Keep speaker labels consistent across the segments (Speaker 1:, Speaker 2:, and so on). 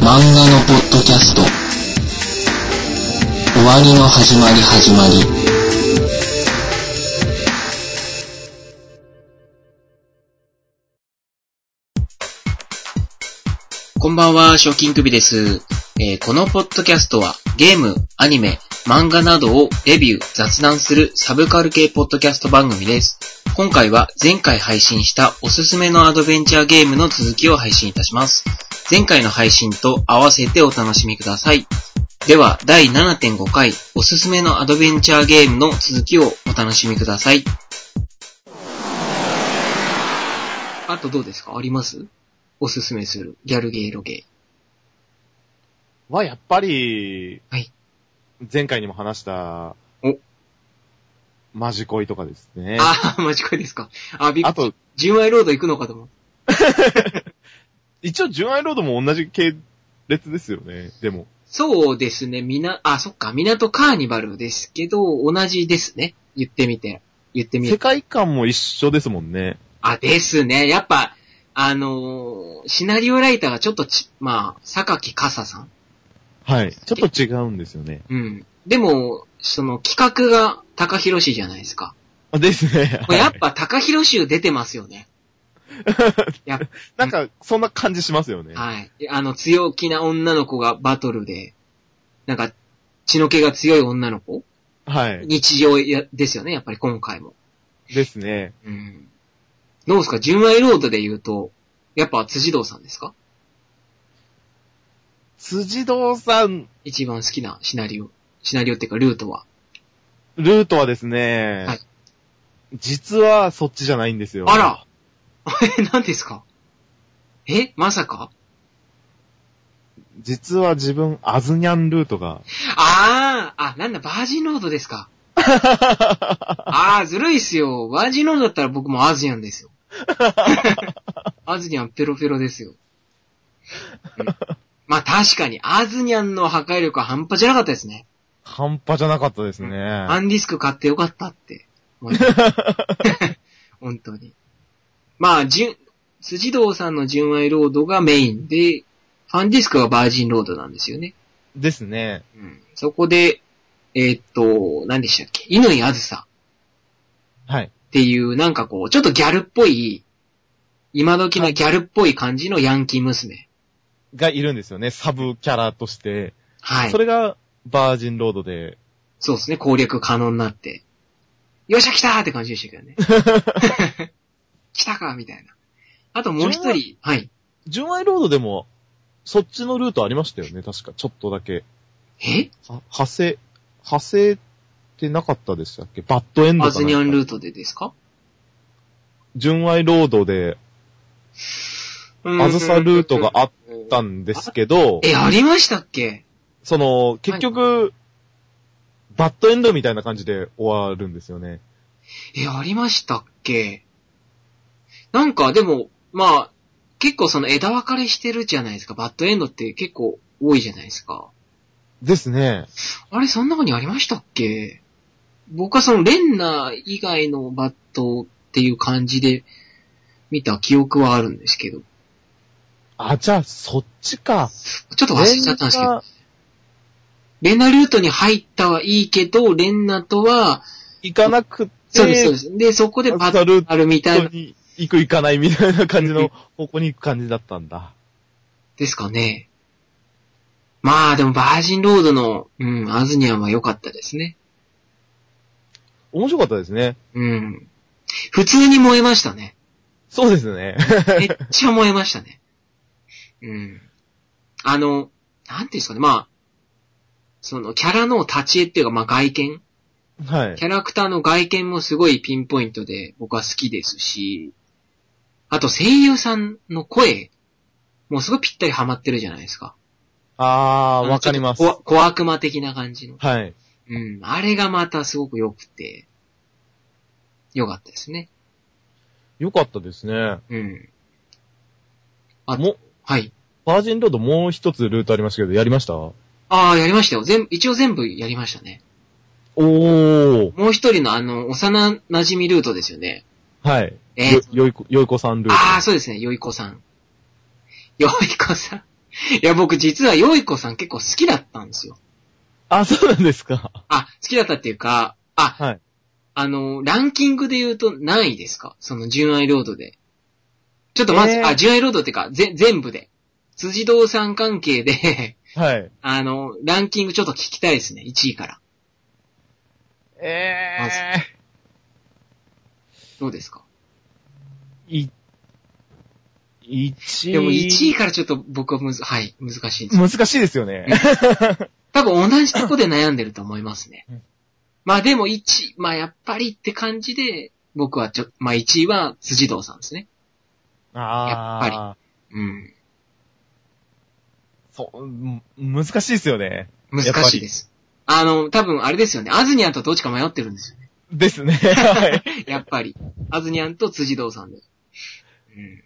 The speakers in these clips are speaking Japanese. Speaker 1: 漫画のポッドキャスト終わりの始まり始まり
Speaker 2: こんばんは、賞金首です。えーこのポッドキャストはゲーム、アニメ、漫画などをレビュー、雑談するサブカル系ポッドキャスト番組です。今回は前回配信したおすすめのアドベンチャーゲームの続きを配信いたします。前回の配信と合わせてお楽しみください。では、第7.5回おすすめのアドベンチャーゲームの続きをお楽しみください。あとどうですかありますおすすめするギャルゲーロゲー。
Speaker 3: まあやっぱり、
Speaker 2: はい
Speaker 3: 前回にも話した、
Speaker 2: お
Speaker 3: マジ恋とかですね。
Speaker 2: ああ、マジかですか。あ、びっ
Speaker 3: あ
Speaker 2: くり。
Speaker 3: と、
Speaker 2: 純愛ロード行くのかと思う。
Speaker 3: 一応純愛ロードも同じ系列ですよね。でも。
Speaker 2: そうですね、みな、あ、そっか、港カーニバルですけど、同じですね。言ってみて。言ってみ
Speaker 3: 世
Speaker 2: る。
Speaker 3: 界観も一緒ですもんね。
Speaker 2: あ、ですね。やっぱ、あのーシナリオライターがちょっとち、まあ、榊かささん。
Speaker 3: はい。ちょっと違うんですよね。
Speaker 2: うん。でも、その企画が高広氏じゃないですか。
Speaker 3: あですね。
Speaker 2: これやっ
Speaker 3: はい
Speaker 2: ぱ高広氏出てますよ ね。やっ
Speaker 3: なんか、そんな感じしますよね。
Speaker 2: はい。あの、強気な女の子がバトルで、なんか、血の気が強い女の子
Speaker 3: はい。
Speaker 2: 日常やですよね、やっぱり今回も。
Speaker 3: ですね。
Speaker 2: うん。どうですか純愛ロードで言うと、やっぱ辻堂さんですか
Speaker 3: 辻堂さん、
Speaker 2: 一番好きなシナリオ。シナリオっていうかルートは。
Speaker 3: ルートはですね、
Speaker 2: はい
Speaker 3: 実はそっちじゃないんですよ。
Speaker 2: あら え、何ですかえまさか
Speaker 3: 実は自分、アズニャンルートが、
Speaker 2: あーあ、なんだ、バージンロードですか。あーずるいっすよ。バージンロードだったら僕もアズニャンですよ。アズニャンペロペロですよ。うんまあ確かに、アズニャンの破壊力は半端じゃなかったですね。
Speaker 3: 半端じゃなかったですね。
Speaker 2: アンディスク買ってよかった って思います。本当に。まあ、じゅん、辻堂さんの純愛ロードがメインで、ファンディスクはバージンロードなんですよね。
Speaker 3: ですね。
Speaker 2: うん。そこで、えーっと、何でしたっけ犬井あずさ
Speaker 3: はい。
Speaker 2: っていう、なんかこう、ちょっとギャルっぽい、今時のギャルっぽい感じのヤンキー娘。
Speaker 3: がいるんですよね。サブキャラとして。
Speaker 2: はい。
Speaker 3: それが、バージンロードで。
Speaker 2: そうですね、攻略可能になって。よっしゃ来たーって感じでしたけど ね。 来たかみたいな。あともう一人、はい。
Speaker 3: 純愛ロードでも、そっちのルートありましたよね。確か、ちょっとだけ。
Speaker 2: え
Speaker 3: は、派生、派生ってなかったでしたっけバッドエンド
Speaker 2: ア
Speaker 3: か
Speaker 2: ズニャン
Speaker 3: な
Speaker 2: ル
Speaker 3: ん
Speaker 2: ー
Speaker 3: か
Speaker 2: トでですか
Speaker 3: 純愛ロードで、
Speaker 2: ア
Speaker 3: アズサルートがあっ
Speaker 2: った
Speaker 3: んですけど、
Speaker 2: え、ありましたっけ
Speaker 3: その、結局、バッドエンドみたいな感じで終わるんですよね。
Speaker 2: え、ありましたっけなんか、でも、まあ、結構その枝分かれしてるじゃないですか。バッドエンドって結構多いじゃないですか。
Speaker 3: ですね。
Speaker 2: あれ、そん中にありましたっけ僕はそのレンナ以外のバットっていう感じで見た記憶はあるんですけど。
Speaker 3: あ、じゃあ、そっちか。
Speaker 2: ちょっと忘れちゃったんですけど。レンナルートに入ったはいいけど、レンナとは、
Speaker 3: 行かなくて、
Speaker 2: そうです、そうです。で、そこでバ
Speaker 3: ア
Speaker 2: ッ
Speaker 3: ズサルート
Speaker 2: あるみたい
Speaker 3: 本
Speaker 2: な
Speaker 3: 当に行く行かないみたいな感じの方向に行く感じだったんだ。
Speaker 2: ですかね。まあでもバージンロードの、うん、アズニアンは良かったですね。
Speaker 3: 面白かったですね。
Speaker 2: うん。普通に燃えました ね。
Speaker 3: そうですね。
Speaker 2: めっちゃ燃えましたね。うん。あの、なんていうんですかね、まあ、そのキャラの立ち絵っていうか、まあ外見、
Speaker 3: はい。
Speaker 2: キャラクターの外見もすごいピンポイントで僕は好きですし、あと声優さんの声、もうすごいぴったりハマってるじゃないですか。
Speaker 3: あー、わかります
Speaker 2: ちょ。っと小小悪魔的な感じの。
Speaker 3: はい。
Speaker 2: うん、あれがまたすごく良くて、良かったですね。
Speaker 3: よかったですね。
Speaker 2: うん。あ
Speaker 3: も、
Speaker 2: はい。
Speaker 3: バージンロードもう一つルートありましたけど、やりましたお
Speaker 2: ああ、やりましたよ。全、一応全部やりましたね。
Speaker 3: ー。
Speaker 2: もう一人のあの、幼馴染ルートですよね。
Speaker 3: はい。
Speaker 2: えー
Speaker 3: よ、よいこ、よいこさんルート。
Speaker 2: ああ、そうですね。よいこさん。よいこさん。いや、僕実はよいこさん結構好きだったんですよ。
Speaker 3: あ、そうなんですか。
Speaker 2: あ、好きだったっていうか、あ、
Speaker 3: はい。
Speaker 2: あの、ランキングで言うと何位ですかその純愛ロードで。ちょっとまず、
Speaker 3: えー
Speaker 2: あ、純愛ロードっていうか、ぜ、全部で。辻堂さん関係で、
Speaker 3: はい。
Speaker 2: あの、ランキングちょっと聞きたいですね。1位から。
Speaker 3: え
Speaker 2: ま
Speaker 3: ー。
Speaker 2: どうですか
Speaker 3: い、1位。
Speaker 2: でも1位からちょっと僕はむず、はい、難しいんですよ。
Speaker 3: 難しいですよね。
Speaker 2: 多分同じとこで悩んでると思いますね。まあでも1位、まあやっぱりって感じで、僕はちょ、まあ1位は辻堂さんですね。や
Speaker 3: ああ。
Speaker 2: うん。
Speaker 3: そう、む難しいですよね。
Speaker 2: 難しいです。あの、多分あれですよね。アズニャンとどっちか迷ってるんですよね。
Speaker 3: です ね。はい。
Speaker 2: やっぱり。アズニャンと辻堂さんで。うん。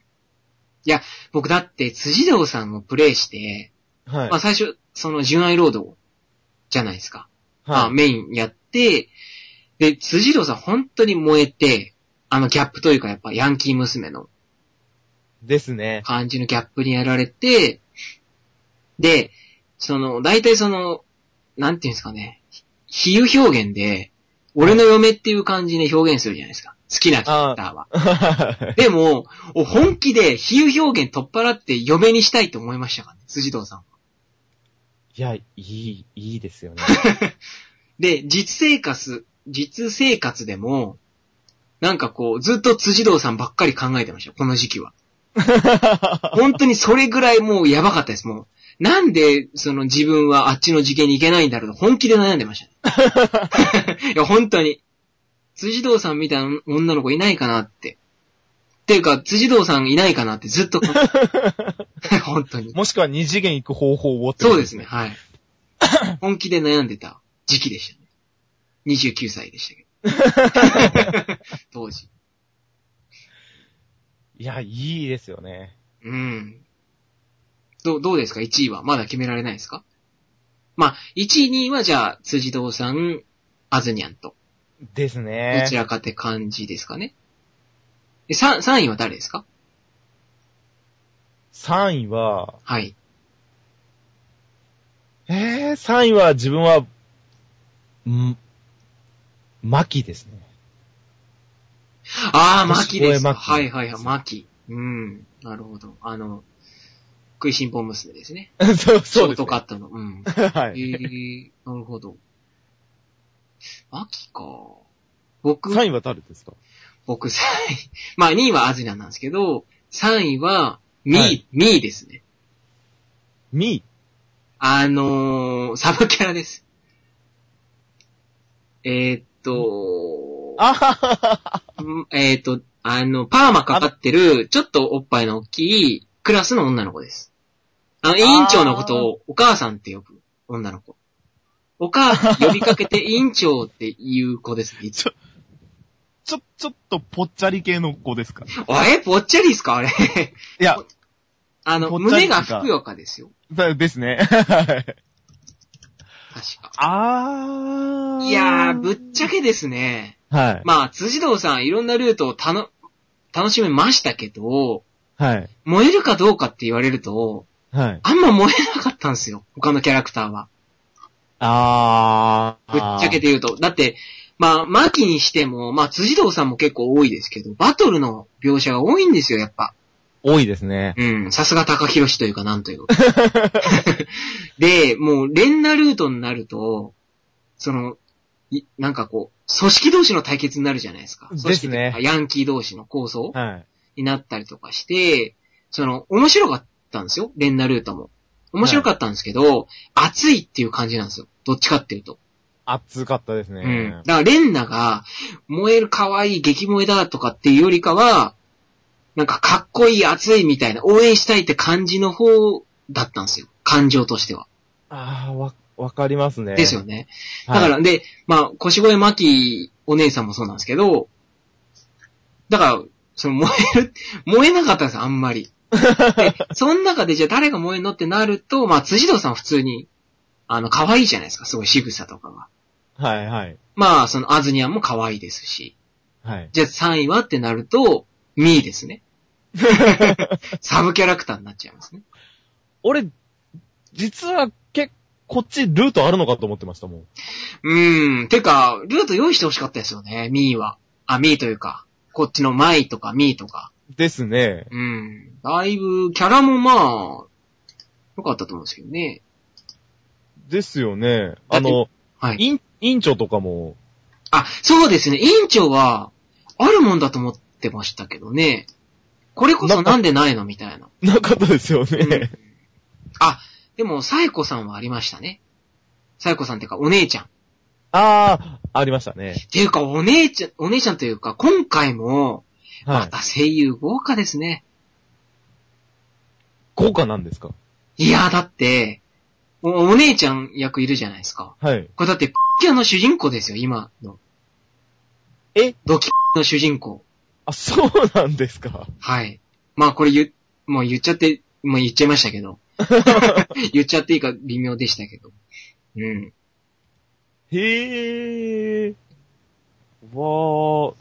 Speaker 2: いや、僕だって辻堂さんをプレイして、
Speaker 3: はい。
Speaker 2: まあ最初、その純愛ロードをじゃないですか。まあ、
Speaker 3: はい。
Speaker 2: メインやって、で、辻堂さん本当に燃えて、あのギャップというかやっぱヤンキー娘の
Speaker 3: ですね。
Speaker 2: 感じのギャップにやられて、で、その、大体その、なんていうんですかね、比喩表現で、俺の嫁っていう感じで表現するじゃないですか。好きなキャラクターは。
Speaker 3: はい
Speaker 2: でも、お本気で比喩表現取っ払って嫁にしたいと思いましたからね、辻堂さん。
Speaker 3: いや、いい、いいですよね。
Speaker 2: で、実生活、実生活でも、なんかこう、ずっと辻堂さんばっかり考えてましたよ、この時期は。本当にそれぐらいもうやばかったです、もう。なんで、その自分はあっちの次元に行けないんだろうと本気で悩んでました、ね。いや、本当に。辻堂さんみたいな女の子いないかなって。っていうか、辻堂さんいないかなってずっと、本当に。
Speaker 3: もしくは二次元行く方法をって
Speaker 2: そ
Speaker 3: こと
Speaker 2: うですね、。はい。本気で悩んでた時期でしたね。29歳でしたけど。当時。
Speaker 3: いや、いいですよね。
Speaker 2: うん。どう、どうですか ?1 位は。まだ決められないですかまあ、1位、2位はじゃあ、辻堂さん、アズニャンと。
Speaker 3: です
Speaker 2: ど
Speaker 3: ね
Speaker 2: ち。らかって感じですかね。で、3、3位は誰ですか
Speaker 3: 3位は、
Speaker 2: はい。
Speaker 3: えー、3位は自分は、ん、マキですね。
Speaker 2: あー、マキですか。
Speaker 3: 年越
Speaker 2: は
Speaker 3: え
Speaker 2: い
Speaker 3: マキ
Speaker 2: はいはい、マキ。うん。なるほど。あの、食いしん坊娘ですね。
Speaker 3: そう、そう
Speaker 2: ショ
Speaker 3: で
Speaker 2: ー
Speaker 3: す、
Speaker 2: ト
Speaker 3: ね。
Speaker 2: カットの。うん。
Speaker 3: は
Speaker 2: え
Speaker 3: い。
Speaker 2: ー、なるほど。秋か。僕、
Speaker 3: 3位は誰ですか
Speaker 2: 僕3位。 まあ2位はアズニャンなんですけど、3位は、ミー、
Speaker 3: はい
Speaker 2: ミーですね。
Speaker 3: ミ
Speaker 2: あのー、サブキャラです。えー、っと
Speaker 3: ー。、あはははは。
Speaker 2: うんえー、っと、あの、パーマかかってる、ちょっとおっぱいの大きいクラスの女の子です。あの、委員長のことをお母さんって呼ぶ女の子。お 母さん呼びかけて委員長っていう子ですね。いつも
Speaker 4: ちょ、ちょっとぽっちゃり系の子ですか
Speaker 2: あれぽっちゃりですかあれ。
Speaker 4: いや、
Speaker 2: あの、
Speaker 4: ぽっちゃり
Speaker 2: 胸
Speaker 4: っていうか
Speaker 2: がふくよかですよ。
Speaker 4: だですね。
Speaker 2: 確か。
Speaker 3: あー。
Speaker 2: いやー、ぶっちゃけですね。
Speaker 3: はい。
Speaker 2: まあ、辻堂さんいろんなルートをたの、楽しめましたけど、
Speaker 3: はい。
Speaker 2: 燃えるかどうかって言われると、
Speaker 3: はい。
Speaker 2: あんま燃えなかったんですよ。他のキャラクターは。
Speaker 3: あー。
Speaker 2: ぶっちゃけて言うと。だって、まあ、マキにしても、まあ、辻堂さんも結構多いですけど、バトルの描写が多いんですよ、やっぱ。
Speaker 3: 多いですね。
Speaker 2: うん、さすが高広しというか、なんというか。 で、もう、連打ルートになると、その、いなんかこう、組織同士の対決になるじゃないですか。
Speaker 3: ですね
Speaker 2: 組織というかヤンキー同士の構想
Speaker 3: は
Speaker 2: になったりとかして、その、面白かったんですよ、連打ルートも。面白かったんですけど、熱いっていう感じなんですよ。どっちかっていうと。
Speaker 3: い。熱かったで
Speaker 2: う
Speaker 3: す
Speaker 2: ん。
Speaker 3: ね
Speaker 2: だ。から、レンナが、燃える可愛い激燃えだとかっていうよりかは、なんかかっこいい熱いみたいな、応援したいって感じの方だったんですよ。感情としては。
Speaker 3: あー、わ、わかりますね。
Speaker 2: ですよね。だ
Speaker 3: はい。
Speaker 2: から、で、まあ、腰越真希お姉さんもそうなんですけど、だから、その燃える、 燃えなかったんですよ、あんまり。で、その中でじゃあ誰が燃えんのってなると、まあ、辻堂さんは普通に、あの、可愛いじゃないですか、すごい仕草とかが。
Speaker 3: はい、はい。
Speaker 2: まあ、その、アズニアンも可愛いですし。
Speaker 3: はい。
Speaker 2: じゃあ3位はってなると、ミーですね。サブキャラクターになっちゃいますね。
Speaker 3: 俺、実はけ、こっちルートあるのかと思ってましたもん。
Speaker 2: うーん。てか、ルート用意してほしかったですよね、ミーは。あ、ミーというか、こっちのマイとかミーとか。
Speaker 3: ですね。
Speaker 2: うん。だいぶ、キャラもまあ、良かったと思うんですけどね。
Speaker 3: ですよね。あの、
Speaker 2: はい。
Speaker 3: 委員委員長とかも、
Speaker 2: あ、そうですね。委員長は、あるもんだと思ってましたけどね。これこそなんでないのみたいな。
Speaker 3: なかったですよ
Speaker 2: うん
Speaker 3: ね。
Speaker 2: あ、でも、サイコさんはありましたね。サイコさんってか、お姉ちゃん。っ
Speaker 3: ああ、ありましたね。
Speaker 2: ていうか、お姉ちゃん、お姉ちゃんというか、今回も、
Speaker 3: は
Speaker 2: ま
Speaker 3: い。
Speaker 2: た声優豪華ですね。
Speaker 3: 豪華なんですか
Speaker 2: い、や、だってお、お姉ちゃん役いるじゃないですか。
Speaker 3: はい。
Speaker 2: これだって、キャの主人公ですよ、今の。
Speaker 3: え
Speaker 2: ドキの主人公。
Speaker 3: あ、そうなんですか。
Speaker 2: はい。まあこれ言う、もう言っちゃって、もう言っちゃいましたけ ど。言っちゃっていいか微妙でしたけど。うん。
Speaker 3: へえ。わあ、豪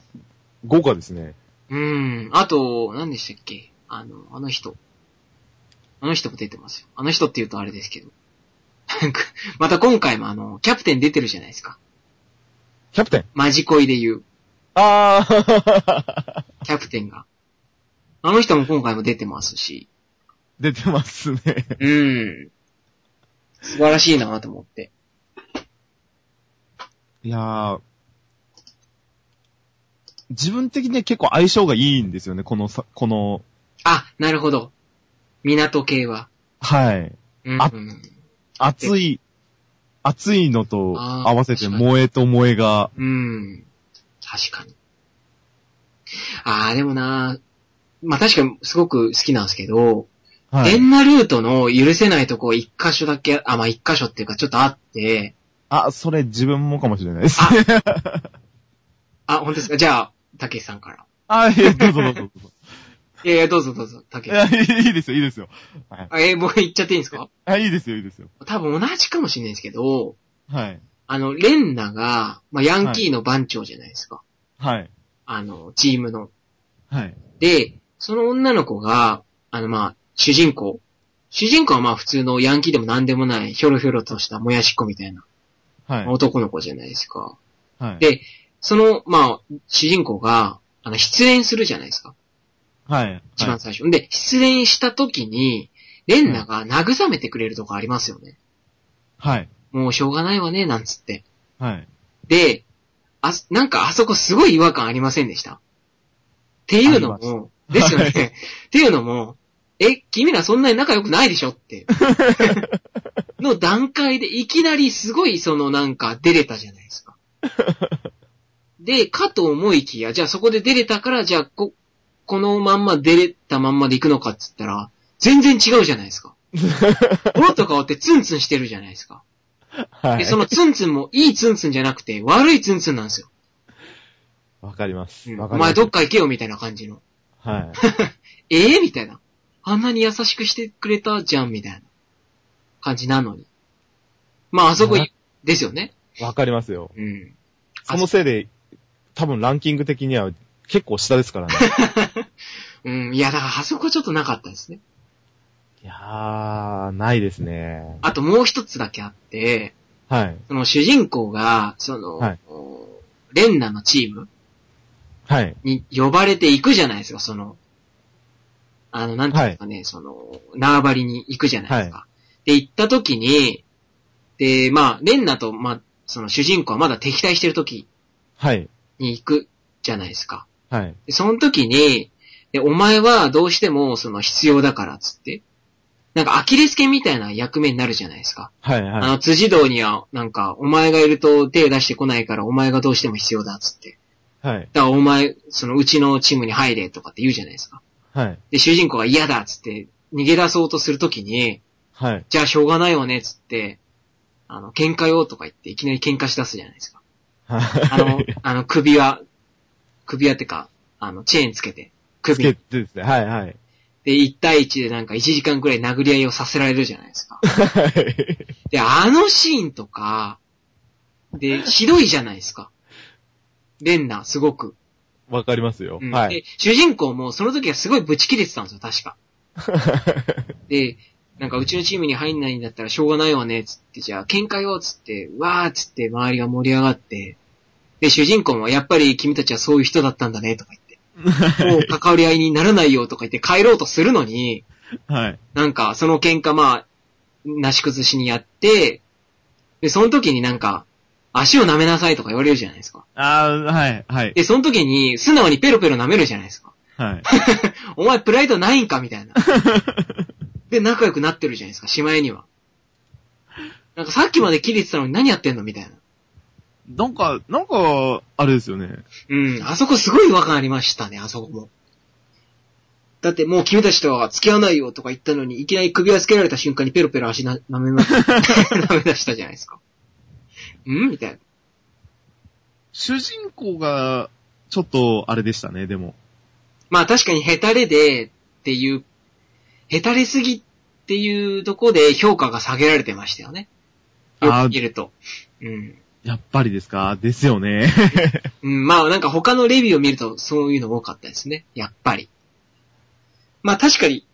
Speaker 3: 華ですね。
Speaker 2: うん。あと、何でしたっけあの、あの人。あの人も出てますよ。あの人って言うとあれですけど。なんかまた今回もあの、キャプテン出てるじゃないですか。
Speaker 3: キャプテン。
Speaker 2: マジ恋で言う、
Speaker 3: あ あ、
Speaker 2: キャプテンが。あの人も今回も出てますし。
Speaker 4: 出てますね。
Speaker 2: うん。素晴らしいなと思って。
Speaker 4: いやー、自分的には結構相性がいいんですよね、このさ、この、
Speaker 2: あ、なるほど。港系は。
Speaker 4: はい。
Speaker 2: うん、
Speaker 4: あ
Speaker 2: うん。
Speaker 4: 熱い、熱いのと
Speaker 2: あー
Speaker 4: 合わせて
Speaker 2: 確かに
Speaker 4: 萌えと萌えが、
Speaker 2: うん。確かに。ああ、でもなまあ確かにすごく好きなんですけど、
Speaker 4: は
Speaker 2: エ
Speaker 4: い。
Speaker 2: ンナルートの許せないとこ一箇所だけ、あ、まあ一箇所っていうかちょっとあって、
Speaker 4: あ、それ自分もかもしれないですね。
Speaker 2: あ、本当ですかじゃあ、たけしさんから。
Speaker 4: あ、いや、どうぞどうぞどうぞ。
Speaker 2: いやいや、どうぞどうぞ、た
Speaker 4: い
Speaker 2: けし
Speaker 4: や、いいですよ、いいですよ。はい。
Speaker 2: あえー僕言っちゃっていいんですか
Speaker 4: あ、いいですよ、いいですよ。
Speaker 2: 多分同じかもしれないんですけど、
Speaker 4: はい。
Speaker 2: あの、レンナが、まあヤンキーの番長じゃないですか。
Speaker 4: はい。
Speaker 2: あの、チームの。
Speaker 4: はい。
Speaker 2: で、その女の子が、あのまあ、主人公。主人公はまあ普通のヤンキーでも何でもない、ひょろひょろとしたもやしっこみたいな
Speaker 4: はい。
Speaker 2: 男の子じゃないですか。
Speaker 4: はい。
Speaker 2: でその、まあ、主人公が、あの、失恋するじゃないですか。
Speaker 4: はい。
Speaker 2: 一番最初。で、失恋した時に、レンナが慰めてくれるとかありますよね。
Speaker 4: はい。
Speaker 2: もうしょうがないわね、なんつって。
Speaker 4: はい。
Speaker 2: で、あ、なんかあそこすごい違和感ありませんでしたっていうの
Speaker 4: あり
Speaker 2: も、ですよね。っていうのも、え、君らそんなに仲良くないでしょって。の段階でいきなりすごいそのなんか出れたじゃないですか。で、かと思いきや、じゃあそこで出れたから、じゃあこ、このまんま出れたまんまで行くのかって言ったら、全然違うじゃないですか。もっと変わってツンツンしてるじゃないですか。
Speaker 4: は
Speaker 2: で、そ
Speaker 4: い。
Speaker 2: のツンツンもいいツンツンじゃなくて、悪いツンツンなんですよ。
Speaker 4: わかります。
Speaker 2: うん
Speaker 4: わか
Speaker 2: お
Speaker 4: りま
Speaker 2: 前
Speaker 4: す。
Speaker 2: どっか行けよみたいな感じの。
Speaker 4: はい。
Speaker 2: ええみたいな。あんなに優しくしてくれたじゃんみたいな感じなのに。まあ、あそこ
Speaker 3: な、
Speaker 2: ですよね。
Speaker 3: わかりますよ。
Speaker 2: うん。
Speaker 3: そのせいで、多分ランキング的には結構下ですからね。
Speaker 2: うん。いや、だからあそこちょっとなかったですね。
Speaker 3: いやー、ないですね。
Speaker 2: あともう一つだけあって、
Speaker 3: はい。
Speaker 2: その主人公が、その、
Speaker 3: はい
Speaker 2: おレンナのチーム
Speaker 3: はい。
Speaker 2: に呼ばれていくじゃないですか、その、あの、なんていうんですかね、その、縄張りに行くじゃないですか。で、行った時に、で、まあ、レンナと、まあ、その主人公はまだ敵対してる時
Speaker 3: はい。
Speaker 2: に行くじゃないですか。
Speaker 3: はい。
Speaker 2: で、その時に、で、お前はどうしても、その、必要だから、つって。なんか、アキレス腱みたいな役目になるじゃないですか。
Speaker 3: はい。
Speaker 2: あ
Speaker 3: は
Speaker 2: の、辻堂には、なんか、お前がいると手出してこないから、お前がどうしても必要だ、つって。
Speaker 3: い。はい。
Speaker 2: だから、お前、その、うちのチームに入れ、とかって言うじゃないですか。
Speaker 3: はい。
Speaker 2: で、主人公が嫌だ、つって、逃げ出そうとするときに、
Speaker 3: はい。
Speaker 2: じゃあ、しょうがないわね、つって、あの、喧嘩よ、とか言って、いきなり喧嘩し出すじゃないですか。あの
Speaker 3: は、
Speaker 2: あの、首輪、首輪ってか、あの、チェーンつけて、
Speaker 3: い。
Speaker 2: 首
Speaker 3: つ
Speaker 2: に
Speaker 3: けてですね。はい。はい。
Speaker 2: で、1対1でなんか1時間くらい殴り合いをさせられるじゃない ですか。
Speaker 3: はい
Speaker 2: で、あのシーンとか、で、ひどいじゃないですか。レンナ、すごく。
Speaker 3: わかりますよ
Speaker 2: う。ん
Speaker 3: はい。
Speaker 2: で、主人公もその時はすごいブチ切れてたんですよ、確か。で、なんかうちのチームに入んないんだったらしょうがないわね、つって、じゃあ喧嘩よ、つって、わーっつって周りが盛り上がって、で、主人公もやっぱり君たちはそういう人だったんだね、とか 言って、もう関わり合いにならないよ、とか言って帰ろうとするのに、
Speaker 4: はい。
Speaker 2: なんかその喧嘩まあ、なし崩しにやって、で、その時になんか、足を舐めなさいとか言われるじゃないですか。
Speaker 4: あー、はい、はい、
Speaker 2: で、その時に素直にペロペロ舐めるじゃないですか。
Speaker 4: はい。
Speaker 2: お前プライドないんかみたいな。で、仲良くなってるじゃないですか、しまいには。なんかさっきまで切れてたのに何やってんのみたいな。
Speaker 4: なんか、なんか、あれですよね。
Speaker 2: うん、あそこすごい違和感ありましたね、あそこも。だってもう君たちとは付き合わないよとか言ったのに、いきなり首輪つけられた瞬間にペロペロ足な、舐めま、舐め出したじゃないですか。んみたいな。
Speaker 4: 主人公が、ちょっと、あれでしたね、でも。
Speaker 2: まあ確かにヘタレでっていう、ヘタレすぎっていうとこで評価が下げられてましたよね。よ
Speaker 4: あー
Speaker 2: く見ると。うん。
Speaker 4: やっぱりですかですよね。
Speaker 2: うん、まあなんか他のレビューを見るとそういうの多かったですね。やっぱり。まあ確かに、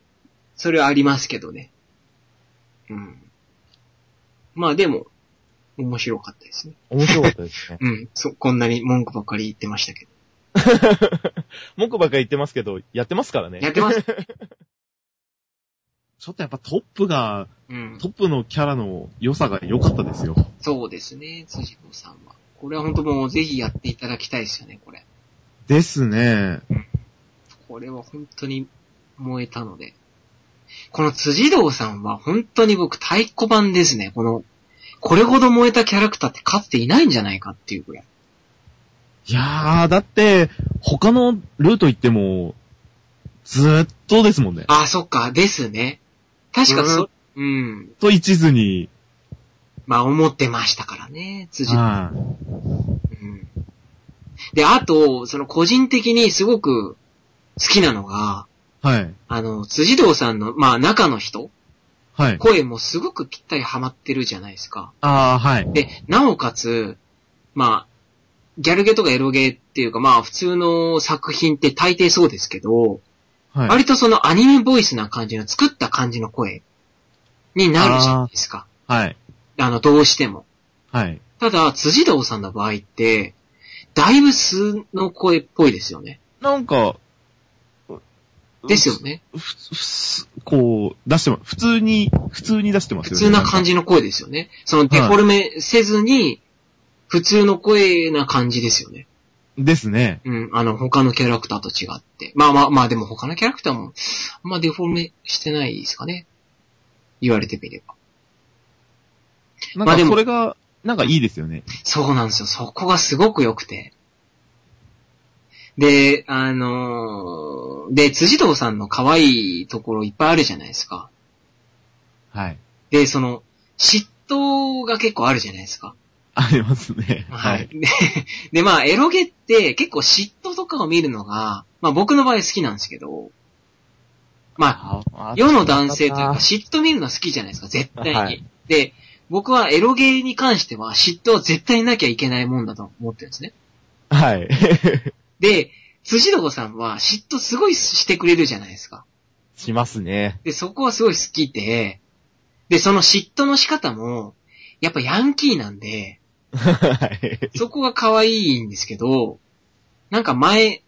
Speaker 2: それはありますけどね。うん。まあでも、面白かったですね。。
Speaker 3: 面白かったですね
Speaker 2: うん。そ、こんなに文句ばっかり言ってましたけど。
Speaker 3: 文句ばっかり言ってますけど、やってますからね。
Speaker 2: やってます。
Speaker 4: ちょっとやっぱトップが、
Speaker 2: うん
Speaker 4: ト。ップのキャラの良さが良かったですよ。
Speaker 2: そうですね、辻子さんは。これは本当もうぜひやっていただきたいですよね、これ。
Speaker 4: ですね。
Speaker 2: これは本当に燃えたので。この辻堂さんは本当に僕太鼓判ですね。この、これほど燃えたキャラクターってかつていないんじゃないかっていうぐらい。
Speaker 4: いやー、だって、他のルート行っても、ずーっとですもんね。
Speaker 2: あ、そっか、ですね。確かそ、うん。
Speaker 4: と一途に、
Speaker 2: まあ思ってましたからね、辻堂。
Speaker 4: はい。
Speaker 2: うん。で、あと、その個人的にすごく好きなのが、
Speaker 4: はい。
Speaker 2: あの、辻堂さんの、まあ中の人
Speaker 4: はい。
Speaker 2: 声もすごくぴったりハマってるじゃないですか。
Speaker 4: あー、はい。
Speaker 2: で、なおかつ、まあ、ギャルゲとかエロゲっていうか、まあ普通の作品って大抵そうですけど、
Speaker 4: はい。
Speaker 2: 割とそのアニメボイスな感じの作った感じの声になるじゃないですか。
Speaker 4: はい。
Speaker 2: あの、どうしても。
Speaker 4: はい。
Speaker 2: ただ、辻堂さんの場合って、だいぶ素の声っぽいですよね。
Speaker 4: なんか、
Speaker 2: ですよね。
Speaker 4: ふ。ふ、ふ、こう、出してます。普通に、普通に出してます
Speaker 2: 普
Speaker 4: よね。
Speaker 2: 通な感
Speaker 4: じ。
Speaker 2: じの声ですよね。そのデフォルメせずに、普通の声な感じですよね。
Speaker 4: ですね。
Speaker 2: うん、あの、他のキャラクターと違って。まあまあまあ、でも他のキャラクターも、あんまデフォルメしてないですかね。言われてみれば。
Speaker 4: なん
Speaker 2: ま
Speaker 4: か
Speaker 2: あでも
Speaker 4: それが、なんかいいですよね。
Speaker 2: そうなんですよ。そこがすごく良くて。で、あのーで、辻堂さんの可愛いところいっぱいあるじゃないですか。
Speaker 4: はい。
Speaker 2: で、その、嫉妬が結構あるじゃないですか。
Speaker 4: ありますね。はい。。
Speaker 2: で、でまあ、エロゲって結構嫉妬とかを見るのが、まあ僕の場合好きなんですけど、まあ、世の男性というか嫉妬見るの好きじゃないですか、絶対に。
Speaker 3: はい
Speaker 2: で、僕はエロゲーに関しては嫉妬は絶対なきゃいけないもんだと思ってるんですね。
Speaker 3: はい。
Speaker 2: で、辻堂さんは嫉妬すごいしてくれるじゃないですか。
Speaker 3: しますね。
Speaker 2: で、そこはすごい好きで、で、その嫉妬の仕方も、やっぱヤンキーなんで、
Speaker 3: はい。
Speaker 2: そこが可愛いんですけど、なんか前、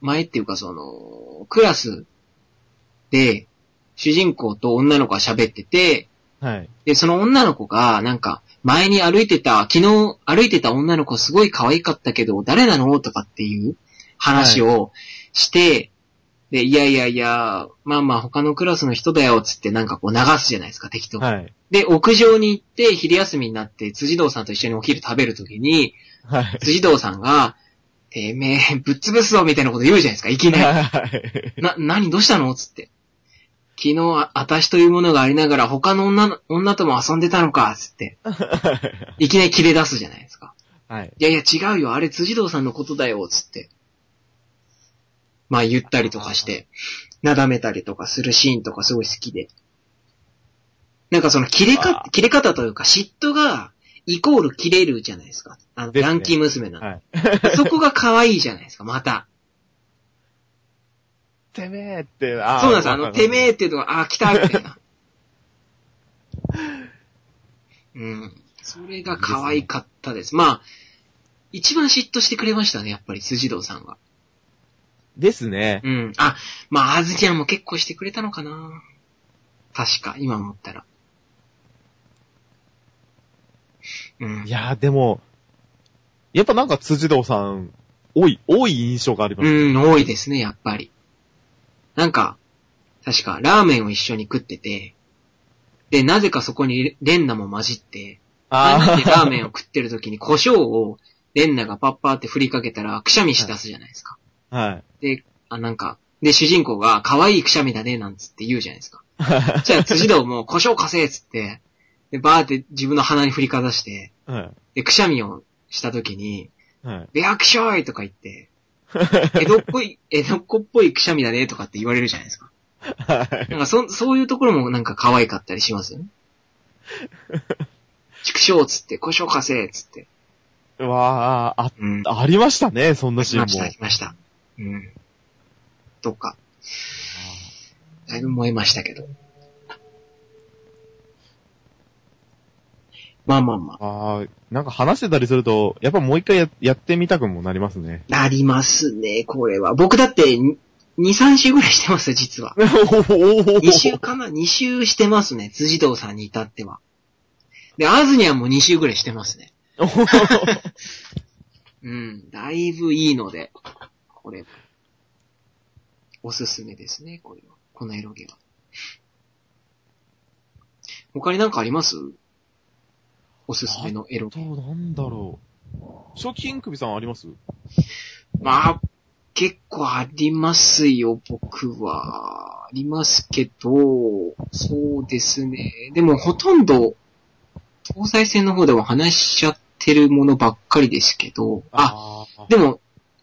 Speaker 2: 前っていうかその、クラスで、主人公と女の子が喋ってて、
Speaker 3: はい。
Speaker 2: で、その女の子が、なんか、前に歩いてた、昨日歩いてた女の子すごい可愛かったけど、誰なのとかっていう話をして、で、いやいやいや、まあまあ他のクラスの人だよ、つってなんかこう流すじゃないですか、適当に。
Speaker 3: はい。
Speaker 2: で、屋上に行って、昼休みになって、辻堂さんと一緒にお昼食べるときに、
Speaker 3: はい。
Speaker 2: 辻堂さんが、てめえ、ぶっ潰すぞ、みたいなこと言うじゃないですか、いきなり。
Speaker 3: はい。
Speaker 2: な、何どうしたのつって。昨日あ、私というものがありながら他の女の、女とも遊んでたのか、つって。いきなり切れ出すじゃないですか。
Speaker 3: はい。
Speaker 2: いやいや違うよ、あれ辻堂さんのことだよ、つって。まあ言ったりとかして、なだめたりとかするシーンとかすごい好きで。なんかその切れか
Speaker 3: あ、
Speaker 2: 切れ方というか嫉妬が、イコール切れるじゃないですか。あの、
Speaker 3: ですね
Speaker 2: ヤンキー娘なんで。
Speaker 3: はい。
Speaker 2: そこが可愛いじゃないですか、また。
Speaker 3: てめえって、あー
Speaker 2: そうなんです。あの、てめえ
Speaker 3: え。
Speaker 2: っていうのが、あー、来たみたいな。うん。それが可愛かったです。まあ、一番嫉妬してくれましたね、やっぱり、辻堂さんは。
Speaker 4: ですね。
Speaker 2: うん。あ、まあ、あずちゃんも結構してくれたのかな確か、今思ったら。うん。
Speaker 4: い
Speaker 2: い
Speaker 4: やーでも、
Speaker 3: やっぱなんか辻堂さん、多い、多い印象があります。
Speaker 2: うん、多いですね、やっぱり。なんか、確か、ラーメンを一緒に食ってて、で、なぜかそこにレンナも混じって、なんでラーメンを食ってる時に胡椒をレンナがパッパーって振りかけたら、くしゃみし出すじゃないですか。
Speaker 4: ン。 はい。
Speaker 2: あ、なんか、で、主人公が、可愛いくしゃみだね、なんつって言うじゃないですか。そ したら辻堂も、胡椒かせえっつって、で、バーって自分の鼻に振りかざして、
Speaker 4: は
Speaker 2: で、くしゃみをした時に、
Speaker 4: い。はい。
Speaker 2: で、アクショーイとか 言って、江戸っぽい、江戸っ子っぽいくしゃみだねとかって言われるじゃないですか。
Speaker 4: はい。
Speaker 2: なんかそ、そういうところもなんか可愛かったりし ますよね。畜生っつって、胡椒かせえっつって。
Speaker 4: うわー、あ、
Speaker 2: うん。
Speaker 4: ありましたね、そんなシー
Speaker 2: ま
Speaker 4: ン
Speaker 2: した、
Speaker 4: も。
Speaker 2: 来ました。うん。とか。だいぶ燃えましたけど。まあまあま
Speaker 4: あー、なんか話してたりすると、やっぱもう一回ややってみたくもなります ね。
Speaker 2: あ。なりますね、これは。僕だって、に2、3週ぐらいしてますよ、実は。
Speaker 4: おー
Speaker 2: 2週かな ?2 週してますね、辻堂さんに至っては。で、アズニアも2週ぐらいしてますね。うん、だいぶいいので、これ、おすすめですね、これは。このエロゲは。他になんかありますおすすめのエロゲ。
Speaker 4: そう、なんだろ
Speaker 3: 初期インクビさんあります
Speaker 2: まあ、結構ありますよ、僕は。ありますけど、そうですね。でもほとんど、東西線の方では話しちゃってるものばっかりですけど、あ、
Speaker 4: あ
Speaker 2: でも、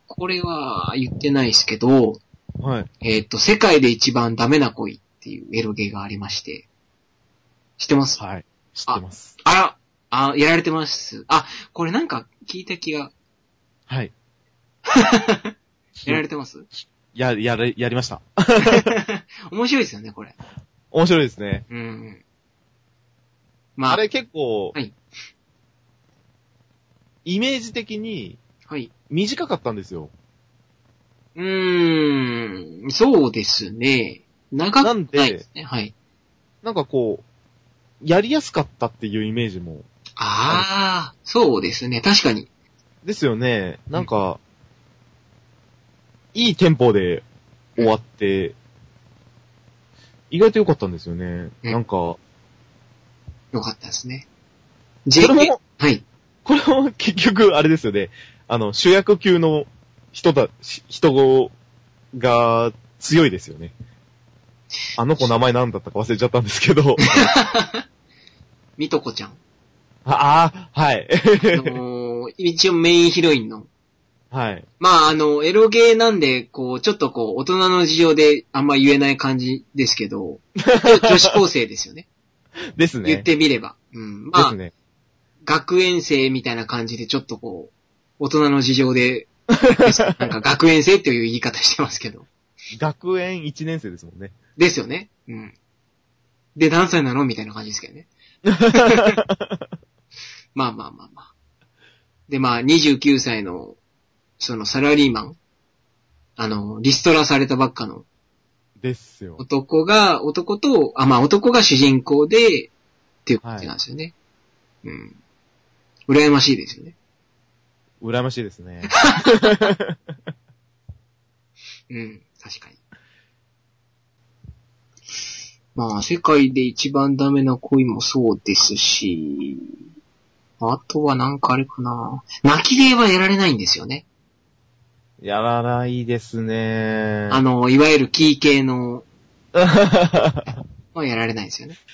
Speaker 2: これは言ってないですけど、
Speaker 4: う。はい。
Speaker 2: えっ、と、世界で一番ダメな恋っていうエロゲがありまして。知ってます
Speaker 4: はい。知ってます。
Speaker 2: あら、あ、やられてます。あ、これなんか聞いた気が、
Speaker 4: はい。
Speaker 2: やられてます
Speaker 4: や、やれ、やりました。
Speaker 2: 面白いですよね、これ。
Speaker 4: 面白いですね。
Speaker 2: うんうん。まあ、
Speaker 3: あれ結構、
Speaker 2: はい
Speaker 3: イメージ的に
Speaker 2: はい。
Speaker 3: 短かったんですよ。
Speaker 2: うーん、そうですね。長
Speaker 3: な
Speaker 2: く
Speaker 3: んで
Speaker 2: ないですね。はい。
Speaker 3: なんかこう、やりやすかったっていうイメージも。
Speaker 2: ああ、そうですね。確かに。
Speaker 3: ですよね。なんか、いいテンポで終わって、意外と良かったんですよね。
Speaker 2: うん
Speaker 3: なんか、
Speaker 2: よかったですね。
Speaker 3: れも
Speaker 2: JK、はい。
Speaker 3: これも結局あれですよね。あの、主役級の人だ、し人が強いですよね。あの子名前なんだったか忘れちゃったんですけど。
Speaker 2: みとこちゃん。
Speaker 3: ああー、はい。
Speaker 2: あのー 一応メインヒロインの。
Speaker 3: はい。
Speaker 2: まあ、あの、エロゲーなんで、こう、ちょっとこう、大人の事情であんま言えない感じですけ ど、女子高生ですよね。
Speaker 3: ですね。
Speaker 2: 言ってみれば。うん。
Speaker 3: で
Speaker 2: まあ、
Speaker 3: すね。
Speaker 2: 学園生みたいな感じで、ちょっとこう、大人の事情で、なん か学園生という言い方してますけど。
Speaker 3: 学園1年生ですもんね。
Speaker 2: ですよね。うん。で、何歳なのみたいな感じですけどね。まあまあまあまあ。で、まあ、29歳の、そのサラリーマン、あの、リストラされたばっかの
Speaker 3: ですよ。
Speaker 2: 男が、男と、あ、まあ男が主人公で、っていう感じなんですよね。うん。羨ましいですよね。
Speaker 3: 羨ましいで すね。
Speaker 2: うん、確かに。まあ、世界で一番ダメな恋もそうですし、あとはなんかあれかな。泣き芸はやられないんですよね。
Speaker 3: やらないですね。
Speaker 2: あの、いわゆるキー系の、はやられないんですよね。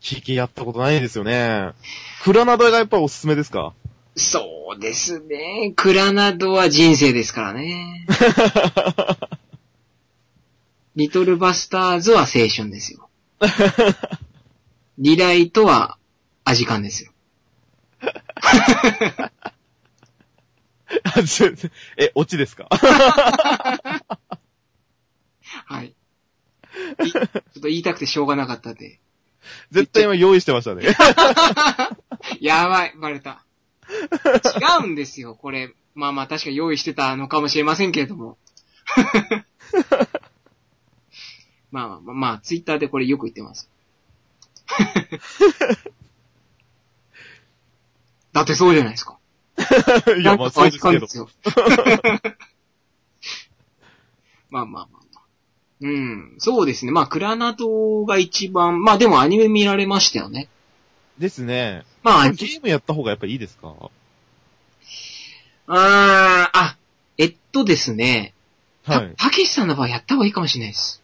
Speaker 3: 聞きやったことないですよね。フラナダがやっぱおすすめです か
Speaker 2: そうですね。クラナドは人生ですからね。リトルバスターズは青春ですよ。リライトはアジカンですよ。
Speaker 3: あちょえ、オ チですか
Speaker 2: はい。いちょっと言いたくてしょうがなかったんで。
Speaker 3: 絶対今用意して ましたね。
Speaker 2: やばい、バレた。違うんですよ、これ。まあまあ確か用意してたのかもしれませんけれども。 まあまあまあ、まあ、ツイッターでこれよく言ってます。 だってそうじゃないですか。
Speaker 3: いや、まあそうですけど。
Speaker 2: よ。 まあまあまあまあ。うん、そうですね。まあ、クラナドが一番、まあでもアニメ見られましたよね。
Speaker 3: ですね。
Speaker 2: まあ、ア
Speaker 3: ゲ
Speaker 2: ニメ
Speaker 3: ームやった方がやっぱいいですか
Speaker 2: あー、あ、えっとですね。た
Speaker 3: はい。
Speaker 2: たけしさんの場合やった方がいいかもしれないです。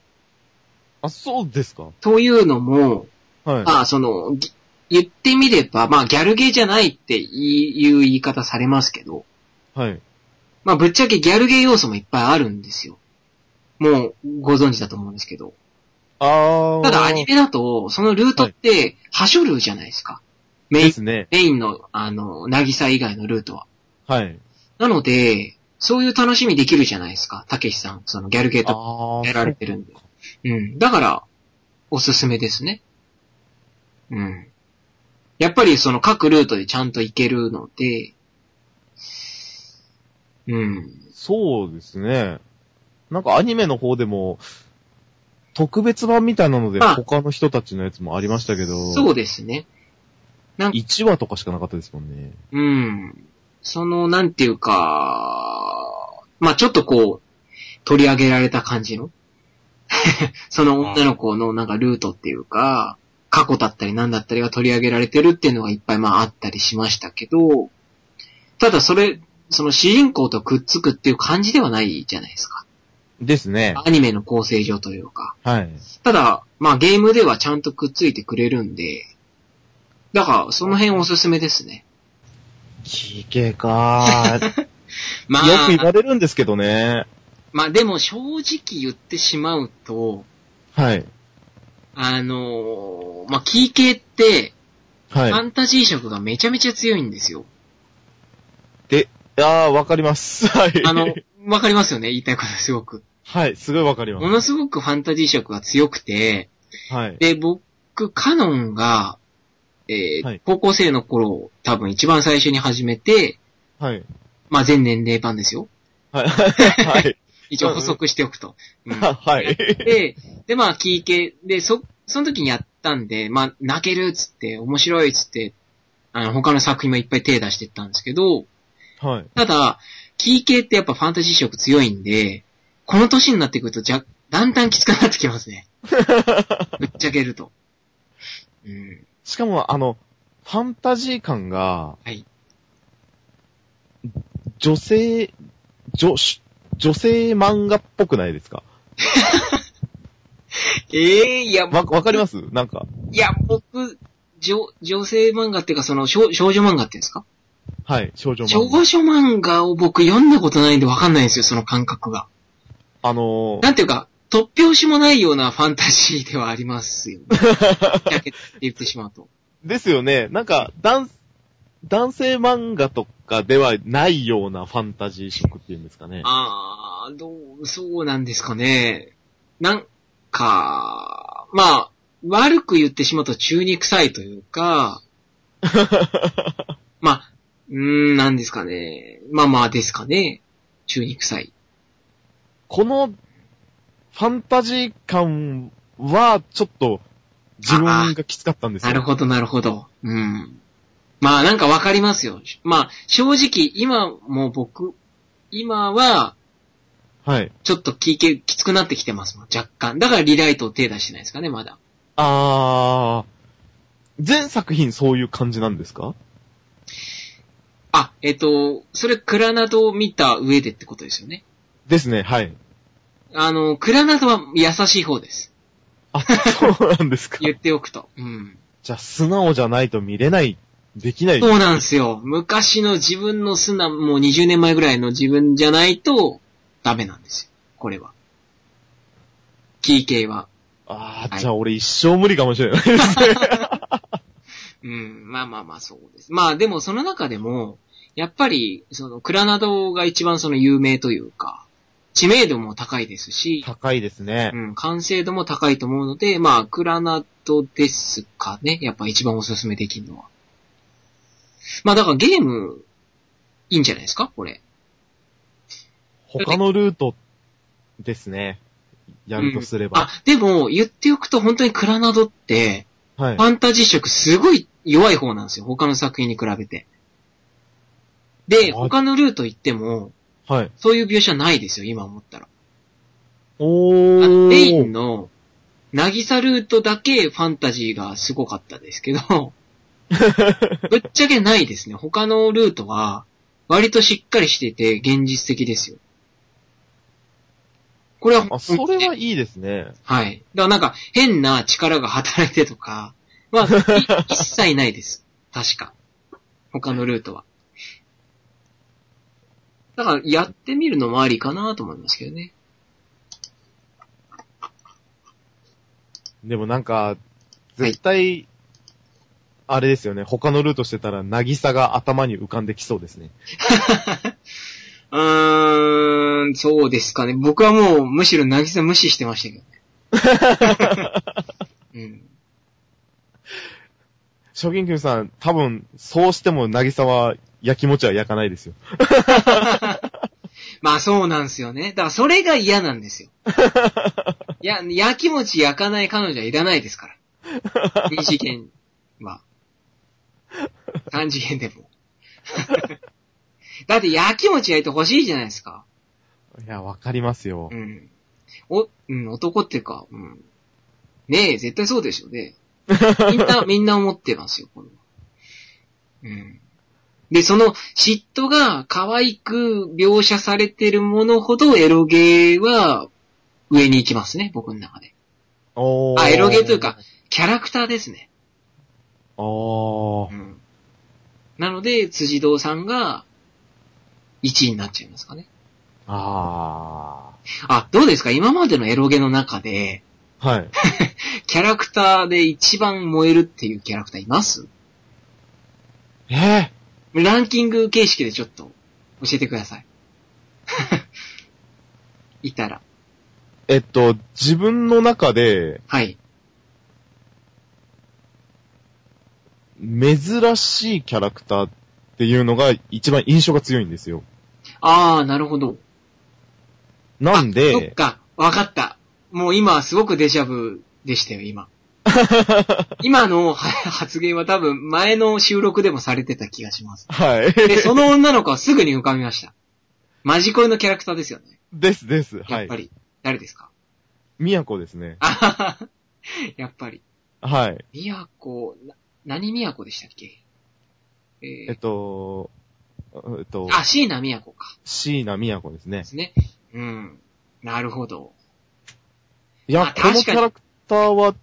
Speaker 3: あ、そうですか
Speaker 2: というのも、
Speaker 3: はい。
Speaker 2: まあ、その、ぎ言ってみれば、まあ、ギャルゲーじゃないっていう言い方されますけど、
Speaker 3: はい。
Speaker 2: まあ、ぶっちゃけギャルゲー要素もいっぱいあるんですよ。もう、ご存知だと思うんですけど。
Speaker 3: あー。
Speaker 2: ただ、アニメだと、そのルートって、はしょるじゃないですか。メイ
Speaker 3: で
Speaker 2: ン、
Speaker 3: すね。
Speaker 2: メインの、あの、なぎさ以外のルートは。
Speaker 3: はい。
Speaker 2: なので、そういう楽しみできるじゃないですか。たけしさん、そのギャルゲーと
Speaker 3: あー。
Speaker 2: やられてるんで。うん。だから、おすすめですね。うん。やっぱりその各ルートでちゃんと行けるので、うん。
Speaker 3: そうですね。なんかアニメの方でも、特別版みたいなので、
Speaker 2: あ
Speaker 3: 他の人たちのやつもありましたけど、
Speaker 2: そうですね。
Speaker 3: 1話とかしかなかったですもんね。
Speaker 2: うん。その、なんていうか、まあちょっとこう、取り上げられた感じの その女の子のなんかルートっていうか、過去だったり何だったりが取り上げられてるっていうのがいっぱいまああったりしましたけど、ただそれ、その主人公とくっつくっていう感じではないじゃないですか。
Speaker 3: ですね。
Speaker 2: アニメの構成上というか。
Speaker 3: はい。
Speaker 2: ただ、まあゲームではちゃんとくっついてくれるんで、だからその辺おすすめですね。
Speaker 3: TK か ー。よ
Speaker 2: ま
Speaker 3: く言われるんですけどね。
Speaker 2: まあでも正直言ってしまうと、
Speaker 3: はい。
Speaker 2: あのーまあキー系って、
Speaker 3: はい。
Speaker 2: ファ
Speaker 3: あ
Speaker 2: ンタジー色がめちゃめちゃ強いんですよ。
Speaker 3: ー、わかります。はい。
Speaker 2: あの、わかりますよね言いたいことすごく。
Speaker 3: はい、すごいわかり
Speaker 2: も
Speaker 3: ま
Speaker 2: のすごくファンタジー色が強くて、
Speaker 3: す。はい。
Speaker 2: で、僕、カノンが、えー
Speaker 3: はい
Speaker 2: 高校生の頃、多分一番最初に始めて、
Speaker 3: はい。
Speaker 2: まあ全年齢版ですよ。
Speaker 3: は い。はい。
Speaker 2: 一応補足しておくと。 うん
Speaker 3: は い。
Speaker 2: で、で、まあ、聞いて、で、そ、その時にやったんで、まあ、泣けるっつって、面白いっつって、あの、他の作品もいっぱい手出してったんですけど、
Speaker 3: はい。
Speaker 2: ただ、キー系ってやっぱファンタジー色強いんで、この年になってくると、じゃ、だんだんきつくなってきます ね。ぶっちゃけると。うん。
Speaker 3: しかも、あの、ファンタジー感が、
Speaker 2: はい
Speaker 3: 女性、女、女性漫画っぽくないですか
Speaker 2: ええいや、
Speaker 3: わ、わかりますなんか。
Speaker 2: いや、僕、女、女性漫画っていうか、その、少少女漫画っていうんですか
Speaker 3: はい、少女
Speaker 2: 少
Speaker 3: 漫画。
Speaker 2: 女漫画を僕読んだことないんでわかんないんですよ、その感覚が。
Speaker 3: あの ー、
Speaker 2: なんていうか、突拍子もないようなファンタジーではあります よね。だけって言ってしまうと。
Speaker 3: ですよね。なんか、男、男性漫画とかではないようなファンタジー色っていうんですかね。
Speaker 2: あー、どう、そうなんですかね。なんか、まあ、悪く言ってしまうと中に臭いという か、まあ、うーん、なんですかね。まあまあですかね。中に臭い。
Speaker 3: この、ファンタジー感は、ちょっと、自分がきつかったんですよ。
Speaker 2: なるほど、なるほど。うん。まあ、なんかわかりますよ。まあ、正直、今も僕、今は、
Speaker 3: はい。
Speaker 2: ちょっと聞け、きつくなってきてますもん、若干。だからリライトを手出してないですかね、まだ。
Speaker 3: あー、全作品そういう感じなんですか
Speaker 2: あ、えっ、と、それ、クラナドを見た上でってことですよね。
Speaker 3: ですね、はい。
Speaker 2: あの、クラナドは優しい方です。
Speaker 3: あ、そうなんですか。
Speaker 2: 言っておくと。うん。
Speaker 3: じゃあ、素直じゃないと見れない、できない。
Speaker 2: そうなんですよ。昔の自分の素直、もう20年前ぐらいの自分じゃないと、ダメなんですよ。これは。キー系は。
Speaker 3: あ
Speaker 2: は
Speaker 3: あ、
Speaker 2: い
Speaker 3: じゃあ俺一生無理かもしれない。
Speaker 2: うん、まあまあまあそうです。まあでもその中でも、やっぱり、その、クラナドが一番その有名というか、知名度も高いですし、
Speaker 3: 高いですね。
Speaker 2: うん、完成度も高いと思うので、まあ、クラナドですかね。やっぱ一番おすすめできるのは。まあ、だからゲーム、いいんじゃないですかこれ。
Speaker 3: 他のルートですね。やるとすれば
Speaker 2: あ。、でも、言っておくと本当にクラナドって、
Speaker 3: はい
Speaker 2: フ。ァンタジー色すごい弱い方なんですよ。他の作品に比べて。で、
Speaker 3: あ
Speaker 2: 他のルート行っても、
Speaker 3: はい。
Speaker 2: そういう描写ないですよ、今思ったら。
Speaker 3: お
Speaker 2: あ
Speaker 3: ー。
Speaker 2: レインの、渚ルートだけファンタジーがすごかったですけ ど、ぶっちゃけないですね。他のルートは、割としっかりしてて現実的ですよ。これは、
Speaker 3: あ、それはいいですね。
Speaker 2: はい。だからなんか、変な力が働いてとか、は、 い一切ないです。確か。他のルートは。だから、やってみるのもありかなと思いますけどね。
Speaker 3: でもなんか、絶対、あれですよね。他のルートしてたら、なぎさが頭に浮かんできそうですね。
Speaker 2: うーん、そうですかね。僕はもう、むしろ、なぎさ無視してましたけどね。
Speaker 3: 諸銀君さん、多分、そうしてもなぎさは、焼きもちは焼かないですよ。
Speaker 2: うん。まあ、そうなんですよね。だから、それが嫌なんですよ。いや、やきもち焼かない彼女はいらないですから。二次元は。三次元でも。だって、やきもち焼いてほしいじゃないですか。
Speaker 3: いや、わかりますよ
Speaker 2: う。ん。お、うん、男っていうか、うん。ねえ、絶対そうでしょう ね。みんな、みんな思ってますよ、これは。うん。で、その嫉妬が可愛く描写されてるものほどエロゲーは上に行きますね、僕の中で。
Speaker 3: おー。
Speaker 2: あ、エロゲーというか。、キャラクターですね。
Speaker 3: お
Speaker 2: う
Speaker 3: ー。
Speaker 2: ん。なので、辻堂さんが1位になっちゃいますかね。
Speaker 3: あ
Speaker 2: あ、どうですか今までのエロゲーの中で、
Speaker 3: ー。はい。
Speaker 2: キャラクターで一番燃えるっていうキャラクターいます
Speaker 3: え
Speaker 2: ランキング形式でちょっと教えてください。 いたら。
Speaker 3: ー、えっと、自分の中で、
Speaker 2: はい。
Speaker 3: 珍しいキャラクターっていうのが、一番印象が強いんですよ。
Speaker 2: あー、なるほど。
Speaker 3: なん
Speaker 2: あそっ
Speaker 3: で、
Speaker 2: か、わかった。もう今すごくデジャブでしたよ、 今。今のは発言は多分前の収録でもされてた気がし ます。
Speaker 3: はい。
Speaker 2: で、その女の子はすぐに浮かびました。マジ恋のキャラクターですよね。
Speaker 3: ですです。は
Speaker 2: やっ
Speaker 3: い
Speaker 2: ぱ。り。誰ですか
Speaker 3: みやこですね。
Speaker 2: あははやっぱり。
Speaker 3: はい。
Speaker 2: 宮古、な、何宮古でしたっけえ
Speaker 3: えっ
Speaker 2: ー、
Speaker 3: と、えっと、
Speaker 2: あ、椎名宮古か。
Speaker 3: 椎名みやこですね
Speaker 2: で。すね。うん。なるほ ど。
Speaker 3: い
Speaker 2: まあ
Speaker 3: や、こ
Speaker 2: 確かに
Speaker 3: のキャラクターは、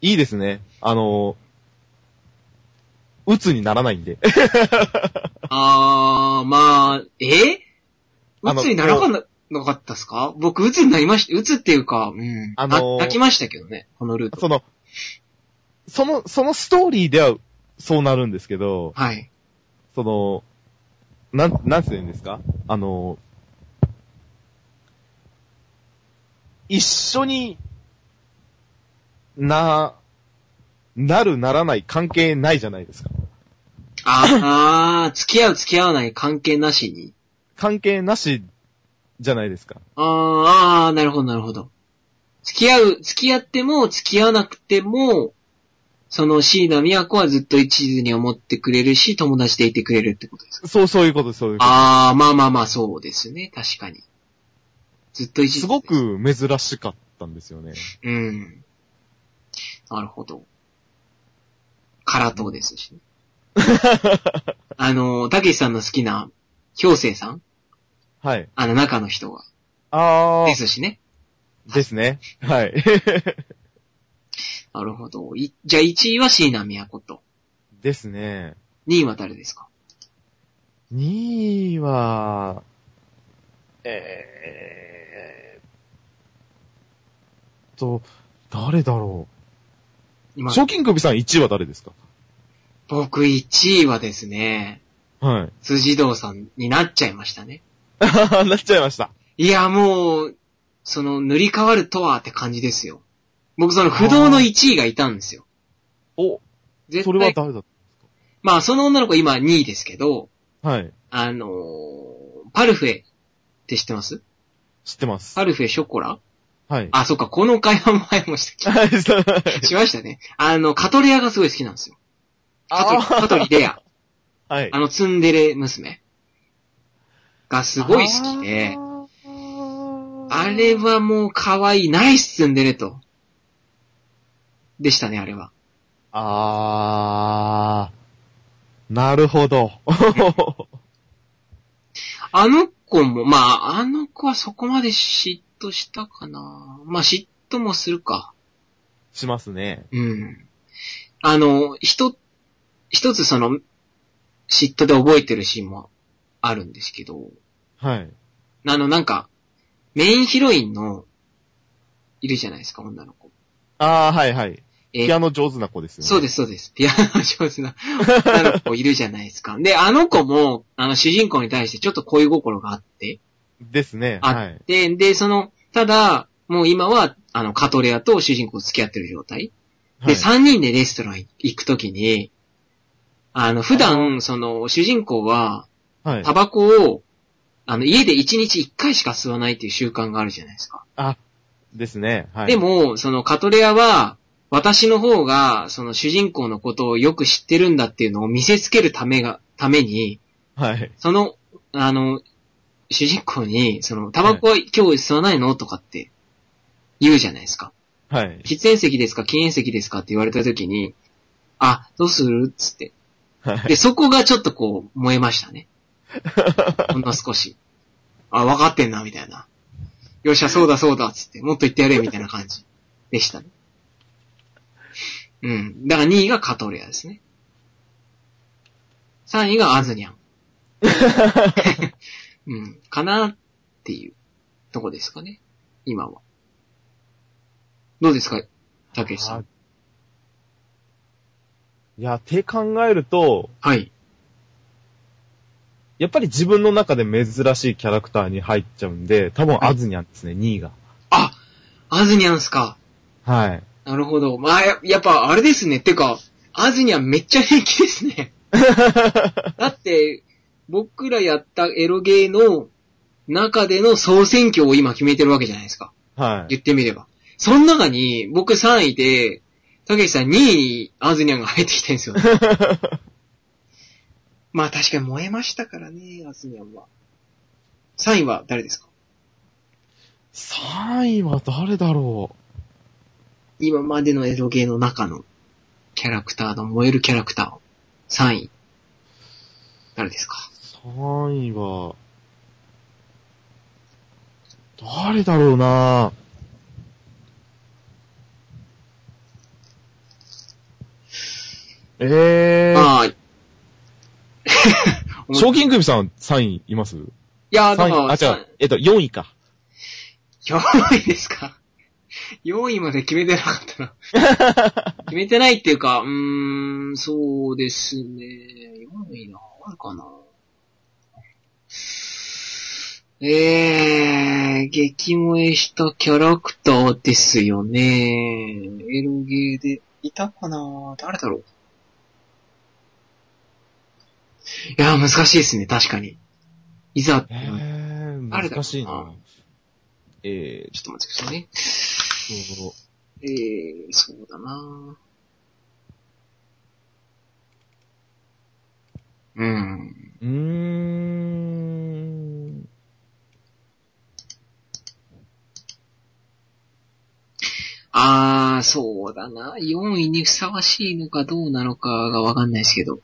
Speaker 3: いいですね。あの、鬱にならないんで。
Speaker 2: あー、まあ、え
Speaker 3: あ
Speaker 2: う
Speaker 3: の
Speaker 2: つにならかな、なかったっすか僕、うつになりました。うつっていうか、うん。
Speaker 3: あのー
Speaker 2: な泣きましたけどね、このルート。
Speaker 3: その、その、そのストーリーではそうなるんですけど、
Speaker 2: はい。
Speaker 3: その、なん、なんて言うんですかあの、一緒にな、なるならない関係ないじゃないですか。
Speaker 2: あー、あー付き合う付き合わない関係なしに。
Speaker 3: 関係なしじゃないですか。
Speaker 2: あー、あーなるほど、なるほど。付き合う、付き合っても、付き合わなくても、その椎名宮子はずっと一途に思ってくれるし、友達でいてくれるってことですか。
Speaker 3: そう、そういうこと、そういうこ
Speaker 2: ああ、まあまあまあ、そうですね。確かに。ずっと一
Speaker 3: と。
Speaker 2: 途。
Speaker 3: すご。く珍しかったんですよね。
Speaker 2: うん。なるほど。空党です し、ね。あの、たけしさんの好きな、氷星さん
Speaker 3: はい。
Speaker 2: あの中の人が。
Speaker 3: あ
Speaker 2: ですしね。
Speaker 3: ー、ですね。はい。
Speaker 2: なるほど。いじゃあ1位は椎名宮子と。
Speaker 3: ですね。
Speaker 2: 2位は誰ですか
Speaker 3: 2位は、えーっと、誰だろう。
Speaker 2: 今、
Speaker 3: 賞金首さん1位は誰ですか
Speaker 2: 僕1位はですね、
Speaker 3: はい。
Speaker 2: 辻堂さんになっちゃいましたね。
Speaker 3: なっちゃいました。
Speaker 2: いや、もう、その、塗り替わるとはって感じですよ。僕、その、不動の1位がいたんですよ。
Speaker 3: お、
Speaker 2: 絶
Speaker 3: それは
Speaker 2: 対、
Speaker 3: 誰だ
Speaker 2: まあ、その女の子今2位ですけど、
Speaker 3: はい。
Speaker 2: あのーパルフェって知ってます
Speaker 3: 知ってます。
Speaker 2: パルフェショコラ
Speaker 3: はい。
Speaker 2: あ、そっか、この会話も前もしたっ
Speaker 3: はいそう
Speaker 2: けしましたね。あの、カトレアがすごい好きなんですよ。カトリ、
Speaker 3: あー
Speaker 2: カトリレア。
Speaker 3: はい
Speaker 2: あ。の、ツンデレ娘。がすごい好きで、あれはもう可愛い、ナイスツンデレと。でしたね、あれは。
Speaker 3: あー。なるほど。
Speaker 2: あの子も、まあ、あの子はそこまで嫉妬したかな。まあ、嫉妬もするか。
Speaker 3: しますね。
Speaker 2: うん。あの、一、一つその、嫉妬で覚えてるシーンもあるんですけど、
Speaker 3: はい。
Speaker 2: あの、なんか、メインヒロインの、いるじゃないですか、女の子。
Speaker 3: あー、はいはい。
Speaker 2: え
Speaker 3: ピアノ上手な子ですよね。
Speaker 2: そうです、そうです。ピアノ上手な女の子いるじゃないですか。で、あの子も、あの、主人公に対してちょっと恋心があって、
Speaker 3: ですね。
Speaker 2: あ
Speaker 3: はい。
Speaker 2: で、で、その、ただ、もう今は、あの、カトレアと主人公付き合ってる状態。
Speaker 3: はい
Speaker 2: で、三人でレストラン行くときに、あの、普段、その、主人公は、
Speaker 3: はい
Speaker 2: タ。バコを、あの、家で一日一回しか吸わないっていう習慣があるじゃないですか。
Speaker 3: あ、ですね。はい。
Speaker 2: で、も、その、カトレアは、私の方が、その主人公のことをよく知ってるんだっていうのを見せつけるためが、ために、
Speaker 3: はい。
Speaker 2: その、あの、主人公に、その、タバコは今日吸わないのとかって言うじゃないですか。
Speaker 3: はい。
Speaker 2: 喫煙席ですか禁煙席ですかって言われた時に、あ、どうするっつって。
Speaker 3: はい。
Speaker 2: で、そこがちょっとこう、燃えましたね。ほんの少し。あ、分かってんな、みたいな。よっしゃ、そうだそうだ、つって、もっと言ってやれ、みたいな感じでしたね。うん。だから2位がカトレアですね。3位がアズニャン。うん。かなっていうとこですかね。今は。どうですかたけしさん。
Speaker 3: いや、て考えると、
Speaker 2: はい。
Speaker 3: やっぱり自分の中で珍しいキャラクターに入っちゃうんで、多分アズニャンですね、2位が。
Speaker 2: あアズニャンっすか。
Speaker 3: はい。
Speaker 2: なるほど。まあ、ややっぱ、あれですね。てか、アズニャンめっちゃ人気ですね。 だって、僕らやったエロゲーの中での総選挙を今決めてるわけじゃないですか。
Speaker 3: はい。
Speaker 2: 言ってみれば。その中に、僕3位で、たけしさん2位にアズニャンが入ってきてるん ですよ、ね。まあ確かに燃えましたからね、アズニャンは。3位は誰ですか
Speaker 3: 3位は誰だろう
Speaker 2: 今までのエロゲーの中のキャラクターの燃えるキャラクター。3位。誰ですか
Speaker 3: ?3 位は、誰だろうなえー、
Speaker 2: まあ、
Speaker 3: 賞金首さん3位います
Speaker 2: いや、だ
Speaker 3: 三
Speaker 2: から、
Speaker 3: 位あ、違う。えっと、4位か。
Speaker 2: 4位ですか ?4 位まで決めてなかったな。 決めてないっていうか、うーん、そうですね。4位な、あるかな。えー、激萌えしたキャラクターですよね。エロゲーで。いたかな誰だろういやー、難しいですね、確かに。いざって
Speaker 3: え
Speaker 2: なったら
Speaker 3: ー、
Speaker 2: 誰だろうな
Speaker 3: 難しいな。え
Speaker 2: ちょっと待ってくださいね。
Speaker 3: ーと、
Speaker 2: えー、そうだなうん。
Speaker 3: うーん。
Speaker 2: あー、そうだな。4位にふさわしいのかどうなのかがわかんないです けど。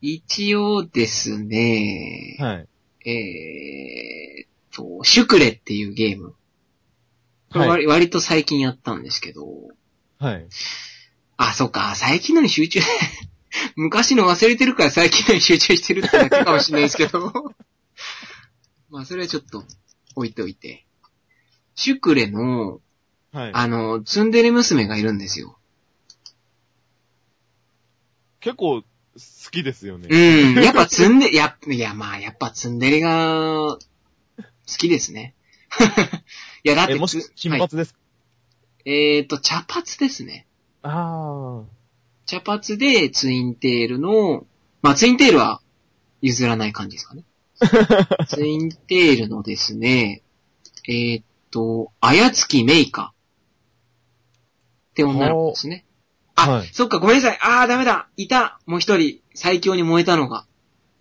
Speaker 2: 一応ですね、
Speaker 3: はい。
Speaker 2: えーっと、シュクレっていうゲーム。これ
Speaker 3: は
Speaker 2: 割,、
Speaker 3: い。
Speaker 2: 割と最近やったんですけど。
Speaker 3: はい。
Speaker 2: あ、そっか、最近のに集中。 昔の忘れてるから最近のに集中してるってだけかもしれないですけ ど。まあ、それはちょっと置いておいて。シュクレの、
Speaker 3: はい。
Speaker 2: あの、ツンデレ娘がいるんですよ。
Speaker 3: 結構、好きですよね。
Speaker 2: うん。やっぱツンデレ、やっ、いや、まあ、やっぱツンデレが、好きですね。 いや、だって
Speaker 3: え、もし
Speaker 2: つ、
Speaker 3: 金
Speaker 2: は
Speaker 3: 髪ですか、
Speaker 2: い、えっ、と、茶髪ですね。
Speaker 3: あ
Speaker 2: 茶髪でツインテールの、まあ、ツインテールは譲らない感じ ですかね。ツインテールのですね、えっ、と、あやつきめいか。って女の子ですね。あ、
Speaker 3: はい
Speaker 2: そっか、ごめんなさい。あー、ダメだ。いた。もう一人、最強に燃えたのが。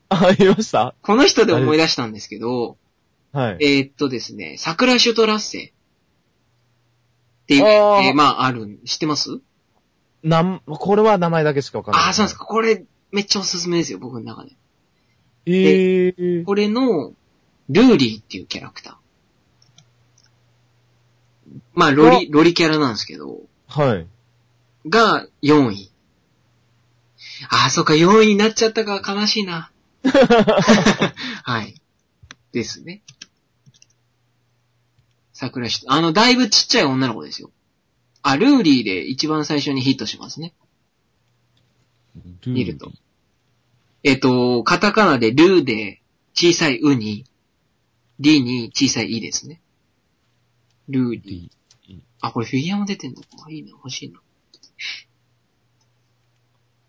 Speaker 3: あ。あ、いました
Speaker 2: この人で思い出したんですけど、
Speaker 3: はい。
Speaker 2: えーっとですね、桜シュトラッセっていう、
Speaker 3: あー
Speaker 2: えーまあ、ある、知ってます
Speaker 3: なん、これは名前だけしかわかんない。
Speaker 2: ああ、そうなんですか。これ、めっちゃおすすめですよ、僕の中で。
Speaker 3: ええー。
Speaker 2: これの、ルーリーっていうキャラクター。まあ、ロリ、ロリキャラなんですけど、
Speaker 3: はい。
Speaker 2: が4位。ああ、そうか、4位になっちゃったか、悲しいな。はい。ですね。桜下。あの、だいぶちっちゃい女の子ですよ。あ、ルーリーで一番最初にヒットしますね。 見ると。えっ、と、カタカナでルーで小さいウに、リに小さいイですね。ルーリー
Speaker 4: リ。
Speaker 2: あ、これフィギュアも出てんのあ、いいな、欲しいな。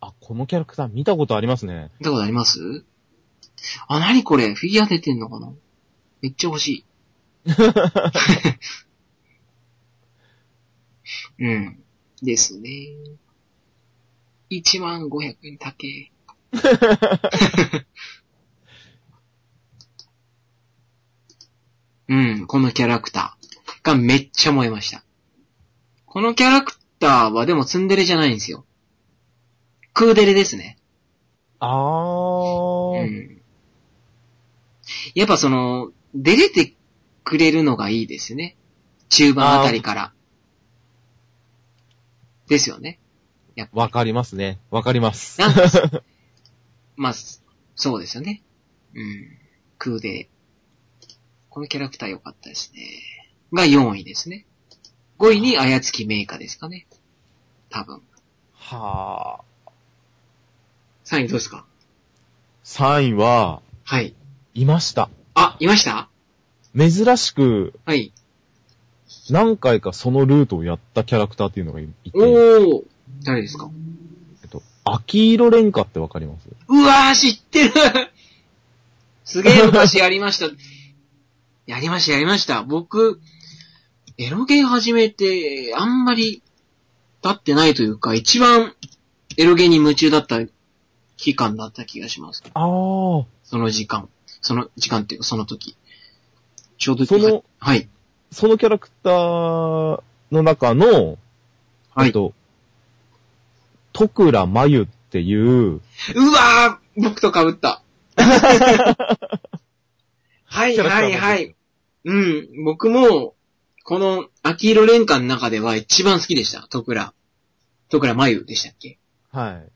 Speaker 3: あ、このキャラクター見たことありますね。
Speaker 2: 見たことありますあ、なにこれフィギュア出てんのかなめっちゃ欲しい。うん。ですね。1万500円高え。うん、このキャラクターがめっちゃ燃えました。このキャラクターはでもツンデレじゃないんですよ。クーデレですね。
Speaker 3: あー。
Speaker 2: うんやっぱその、出れてくれるのがいいですね。中盤あたりから。ですよね。
Speaker 3: わかりますね。わかります。
Speaker 2: なんか、 まあ、そうですよね。うん。空で。このキャラクター良かったですね。が4位ですね。5位にあやつきメーカーですかね。多分。
Speaker 3: はー。
Speaker 2: 3位どうですか
Speaker 3: 3位は、
Speaker 2: はい。
Speaker 3: いました。
Speaker 2: あ、いました
Speaker 3: 珍しく、
Speaker 2: はい。
Speaker 3: 何回かそのルートをやったキャラクターっていうのがいい
Speaker 2: お
Speaker 3: て、
Speaker 2: ー。誰ですか
Speaker 3: えっと、秋色廉価ってわかります
Speaker 2: うわー、知ってるすげえ昔やりました。やりました、やりました。僕、エロゲー始めて、あんまり、経ってないというか、一番、エロゲーに夢中だった期間だった気がします。
Speaker 3: あー。
Speaker 2: その時間。その時間っていうか、その時。ちょうど、
Speaker 3: その、
Speaker 2: はい。
Speaker 3: そのキャラクターの中の、
Speaker 2: はい
Speaker 3: えっと、徳良真由っていう、
Speaker 2: うわー僕と被 った。はい
Speaker 3: キャラクター
Speaker 2: は
Speaker 3: なん
Speaker 2: い
Speaker 3: ですよ
Speaker 2: はい。うん、僕も、この、秋色連歌の中では一番好きでした。徳倉。徳倉真由でしたっけ
Speaker 3: はい。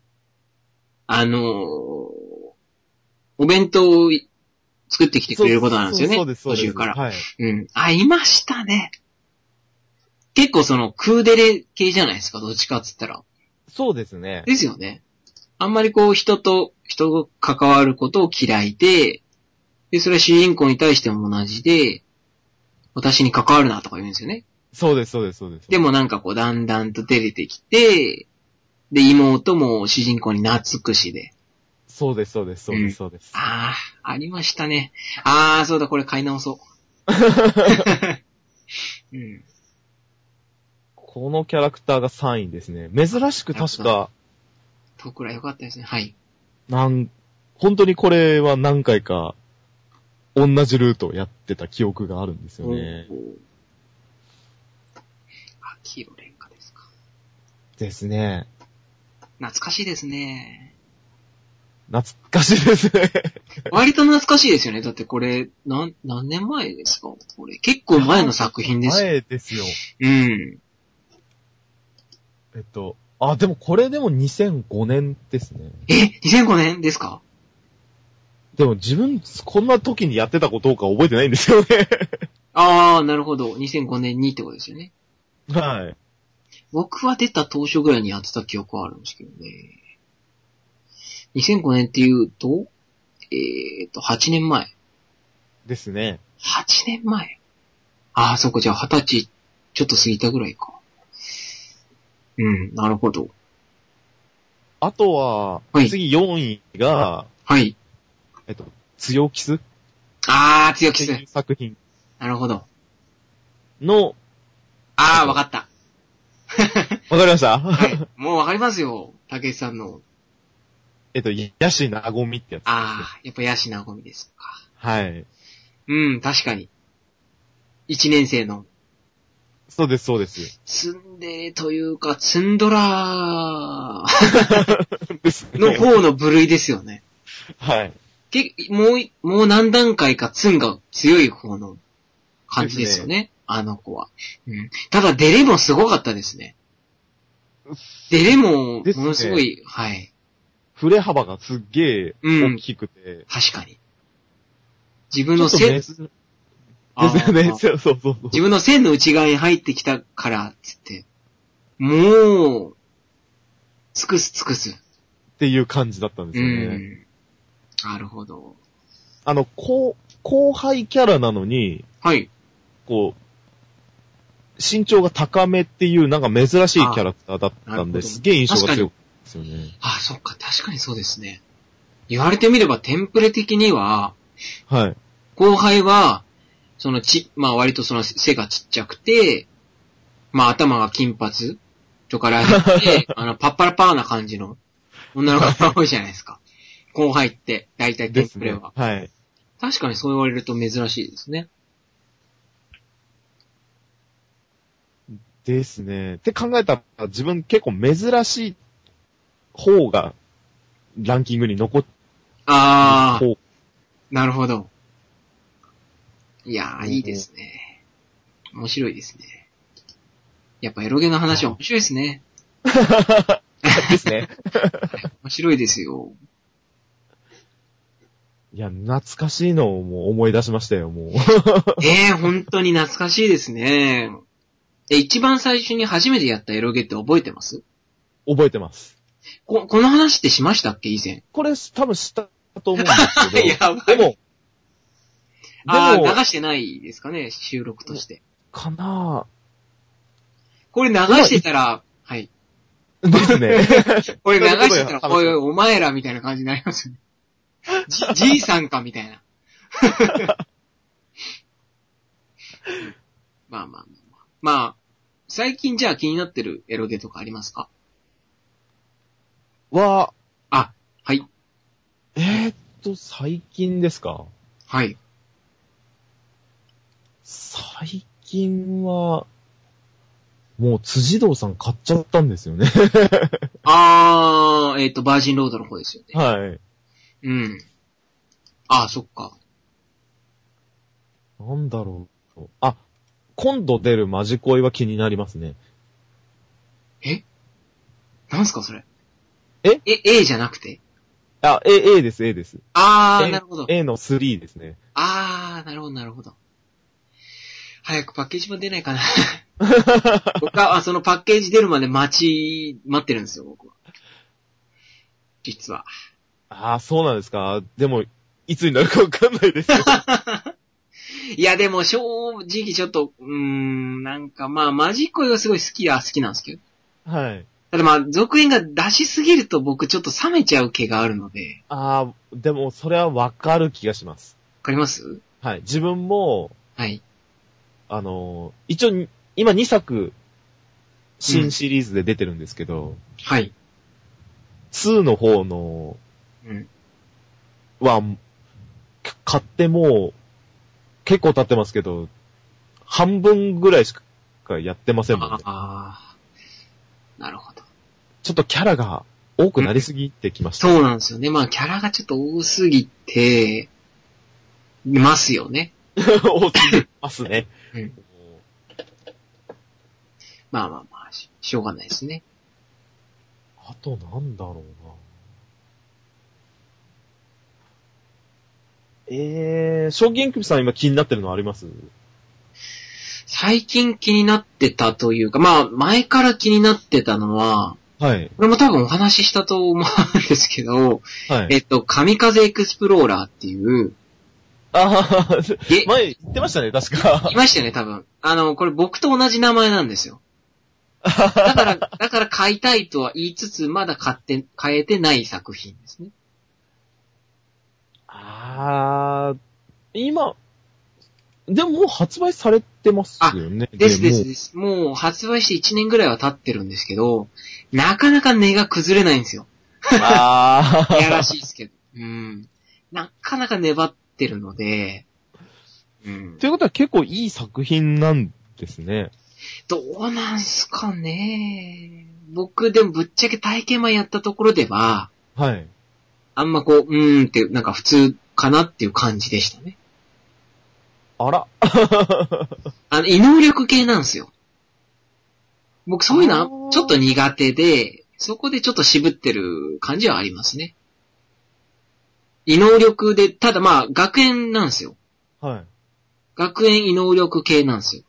Speaker 2: あのー、お弁当を作ってきてくれることなんですよね。
Speaker 3: そうそうそうです、そうで
Speaker 2: 途中
Speaker 3: す。
Speaker 2: から。
Speaker 3: はい。
Speaker 2: うん。あ、いましたね。結構その、クーデレ系じゃないですか、どっちかっつったら。
Speaker 3: そうですね。
Speaker 2: ですよね。あんまりこう人と、人が関わることを嫌いで、で、それは主人公に対しても同じで、私に関わるなとか言うんですよね。
Speaker 3: そうです、そうです、そうです。
Speaker 2: でもなんかこうだんだんと出れてきて、で、妹も主人公に懐くしで。
Speaker 3: そうです、そうです、そうです、そうです。
Speaker 2: ああ、ありましたね。ああ、そうだ、これ買い直そう。うん、
Speaker 3: このキャラクターが3位ですね。珍しく確か、
Speaker 2: とくらよかったですね。はい。
Speaker 3: なん、本当にこれは何回か、同じルートをやってた記憶があるんですよね。
Speaker 2: おーあ、黄色廉価ですか。
Speaker 3: ですね。
Speaker 2: 懐かしいですね。
Speaker 3: 懐かしいで すね。
Speaker 2: 割と懐かしいですよね。だってこれ、なん、何年前ですかこれ、結構前の作品ですよ。
Speaker 3: 前ですよ。
Speaker 2: うん。
Speaker 3: えっと、あ、でもこれでも2005年ですね。
Speaker 2: え ?2005 年ですか
Speaker 3: でも自分、こんな時にやってたかどうか覚えてないんですよね。
Speaker 2: ああ、なるほど。2005年にってことですよね。
Speaker 3: はい。
Speaker 2: 僕は出た当初ぐらいにやってた記憶はあるんですけどね。 2005年っていうと、えーと、8年前。
Speaker 3: ですね。
Speaker 2: 8年前ああ、そっか、じゃあ20歳ちょっと過ぎたぐらいか。うん、なるほど。
Speaker 3: あとは、
Speaker 2: はい
Speaker 3: 次4位が、
Speaker 2: はい。
Speaker 3: えっと、強キスっ
Speaker 2: ああ、強
Speaker 3: て
Speaker 2: 気です
Speaker 3: いう。作品
Speaker 2: なるほど。
Speaker 3: の、
Speaker 2: ああ、わかった。
Speaker 3: わかりました、
Speaker 2: はい。もうわかりますよ。たけしさんの。
Speaker 3: えっと、ヤシナゴミってやつ。
Speaker 2: ああ、やっぱヤシナゴミですか。
Speaker 3: はい。
Speaker 2: うん、確かに。一年生の、
Speaker 3: そうです、そうです。
Speaker 2: ツンデレというか、ツンドラ
Speaker 3: です
Speaker 2: ー の方の部類ですよね。
Speaker 3: はい。
Speaker 2: けもうい、もう何段階かツンが強い方の感じですよね。あの子は。うん。ただ、デレもすごかったですね。デレも、も
Speaker 3: ですね
Speaker 2: のすごい、はい。
Speaker 3: 触れ幅がすっげえ
Speaker 2: うん
Speaker 3: 大きくて、
Speaker 2: 確かに。自分
Speaker 3: ちょ
Speaker 2: の
Speaker 3: っと
Speaker 2: 線、
Speaker 3: ね、ですよね。
Speaker 2: あー
Speaker 3: そうそうそうそう。
Speaker 2: 自分の線の内側に入ってきたから、つって。もう、尽くす尽くす。
Speaker 3: っていう感じだったんで
Speaker 2: う
Speaker 3: すよね。
Speaker 2: ん。なるほど。
Speaker 3: あの、後、後輩キャラなのに、
Speaker 2: はい。
Speaker 3: こう、身長が高めっていう、なんか珍しいキャラクターだったん
Speaker 2: あなるほど
Speaker 3: で、すげえ印象が強くですよね。
Speaker 2: あそっか、確かにそうですね。言われてみれば、テンプレ的には、
Speaker 3: はい。
Speaker 2: 後輩は、そのち、まあ割とその背がちっちゃくて、まあ頭が金髪とから して、あの、パッパラパーな感じの女の子が多いじゃないですか。後輩って、大体テ
Speaker 3: で
Speaker 2: ン
Speaker 3: す
Speaker 2: プレ
Speaker 3: ね
Speaker 2: は。。
Speaker 3: はい。
Speaker 2: 確かにそう言われると珍しいですね。
Speaker 3: ですね。って考えたら、自分結構珍しい方が、ランキングに残ってる
Speaker 2: ああ、
Speaker 3: 方
Speaker 2: なるほど。いやー、いいですね。面白いですね。やっぱエロゲの話は面白いですね。
Speaker 3: ですね。
Speaker 2: 面白いです よ。
Speaker 3: いや、懐かしいのをもう思い出しましたよ、もう。
Speaker 2: ええ本当に懐かしいですね。え、一番最初に初めてやったエロゲって覚えてます
Speaker 3: 覚えてます。
Speaker 2: こ、この話ってしましたっけ以前。
Speaker 3: これ、多分知ったと思うんですけど。
Speaker 2: や ばい
Speaker 3: でも、
Speaker 2: ああ、
Speaker 3: で
Speaker 2: 流
Speaker 3: も
Speaker 2: してないですかね、収録として。
Speaker 3: かな
Speaker 2: これ流してたら、はい。
Speaker 3: ぁ。ですね。
Speaker 2: これ流してたら、
Speaker 3: そう
Speaker 2: おい
Speaker 3: い
Speaker 2: おいうお前らみたいな感じになりますよね。じ、じいさんかみたい な。まあまあまあまあ。まあ、最近じゃあ気になってるエロゲとかありますか
Speaker 3: は、
Speaker 2: あ、はい、
Speaker 3: えー、っと、最近ですか
Speaker 2: はい。
Speaker 3: 最近は、もう辻堂さん買っちゃったんですよね。
Speaker 2: あー、えっ、と、バージンロードの方ですよね。
Speaker 3: はい。
Speaker 2: うん。あー、そっか。
Speaker 3: なんだろう。あ、今度出るマジ恋は気になりますね。
Speaker 2: なんすか、それ。
Speaker 3: え
Speaker 2: え、A じゃなくて
Speaker 3: あ、A、A です、A です。
Speaker 2: あー、
Speaker 3: A
Speaker 2: なるほど。
Speaker 3: A の3ですね。
Speaker 2: あー、なるほど、なるほど。早くパッケージも出ない かな。僕は、あそのパッケージ出るまで待ち、待ってるんですよ、僕は。実は。
Speaker 3: ああ、そうなんですか。でも、いつになるかわかんな いですよ。
Speaker 2: いや、でも、正直ちょっと、うーん、なんか、まあ、マジ恋がすごい好きだ、好きなんですけど。
Speaker 3: はい。
Speaker 2: ただまあ、続編が出しすぎると僕ちょっと冷めちゃう気があるので、
Speaker 3: ああ、でも、それはわかる気がします。
Speaker 2: わかります
Speaker 3: はい。自分も、
Speaker 2: はい。
Speaker 3: あのー一応に、今2作、新シリーズで出てるんですけど、
Speaker 2: はい。
Speaker 3: 2の方の、
Speaker 2: うん。
Speaker 3: は、か買ってもう、結構経ってますけど、半分ぐらいしかやってませんもん
Speaker 2: あ
Speaker 3: ね。
Speaker 2: あー。なるほど。
Speaker 3: ちょっとキャラが多くなりすぎてきました。
Speaker 2: そうなんですよね。まあ、キャラがちょっと多すぎて、いますよね。
Speaker 3: 多すぎますね。
Speaker 2: うんまあまあまあ、ししょうがないですね。
Speaker 3: あとなんだろうな。えー、賞金首さん今気になってるのあります
Speaker 2: 最近気になってたというか、まあ、前から気になってたのは、
Speaker 3: はい。
Speaker 2: これも多分お話ししたと思うんですけど、
Speaker 3: はい。
Speaker 2: えっと、神風エクスプローラーっていう、
Speaker 3: ああ、
Speaker 2: え
Speaker 3: 前言ってましたね、確か
Speaker 2: い。ましたよね、多分。あの、これ僕と同じ名前なんです よ。だから、だから買いたいとは言いつつ、まだ買って、買えてない作品ですね。
Speaker 3: ああ、今、でももう発売されてますよね。
Speaker 2: ですです
Speaker 3: も
Speaker 2: です。もう発売して1年ぐらいは経ってるんですけど、なかなか値が崩れないんですよ。
Speaker 3: あ
Speaker 2: いやら
Speaker 3: あ、
Speaker 2: しいですけど。 うん。なかなか粘ってるので、うん。
Speaker 3: ということは結構いい作品なんですね。
Speaker 2: どうなんすかね僕でもぶっちゃけ体験版やったところでは、
Speaker 3: はい。
Speaker 2: あんまこう、うーんって、なんか普通かなっていう感じでしたね。
Speaker 3: あら。
Speaker 2: あの、異能力系なんですよ。僕そういう
Speaker 3: あ
Speaker 2: の
Speaker 3: ー
Speaker 2: ちょっと苦手で、そこでちょっと渋ってる感じはありますね。異能力で、ただまあ、学園なんですよ。
Speaker 3: はい。
Speaker 2: 学園異能力系なんですよ。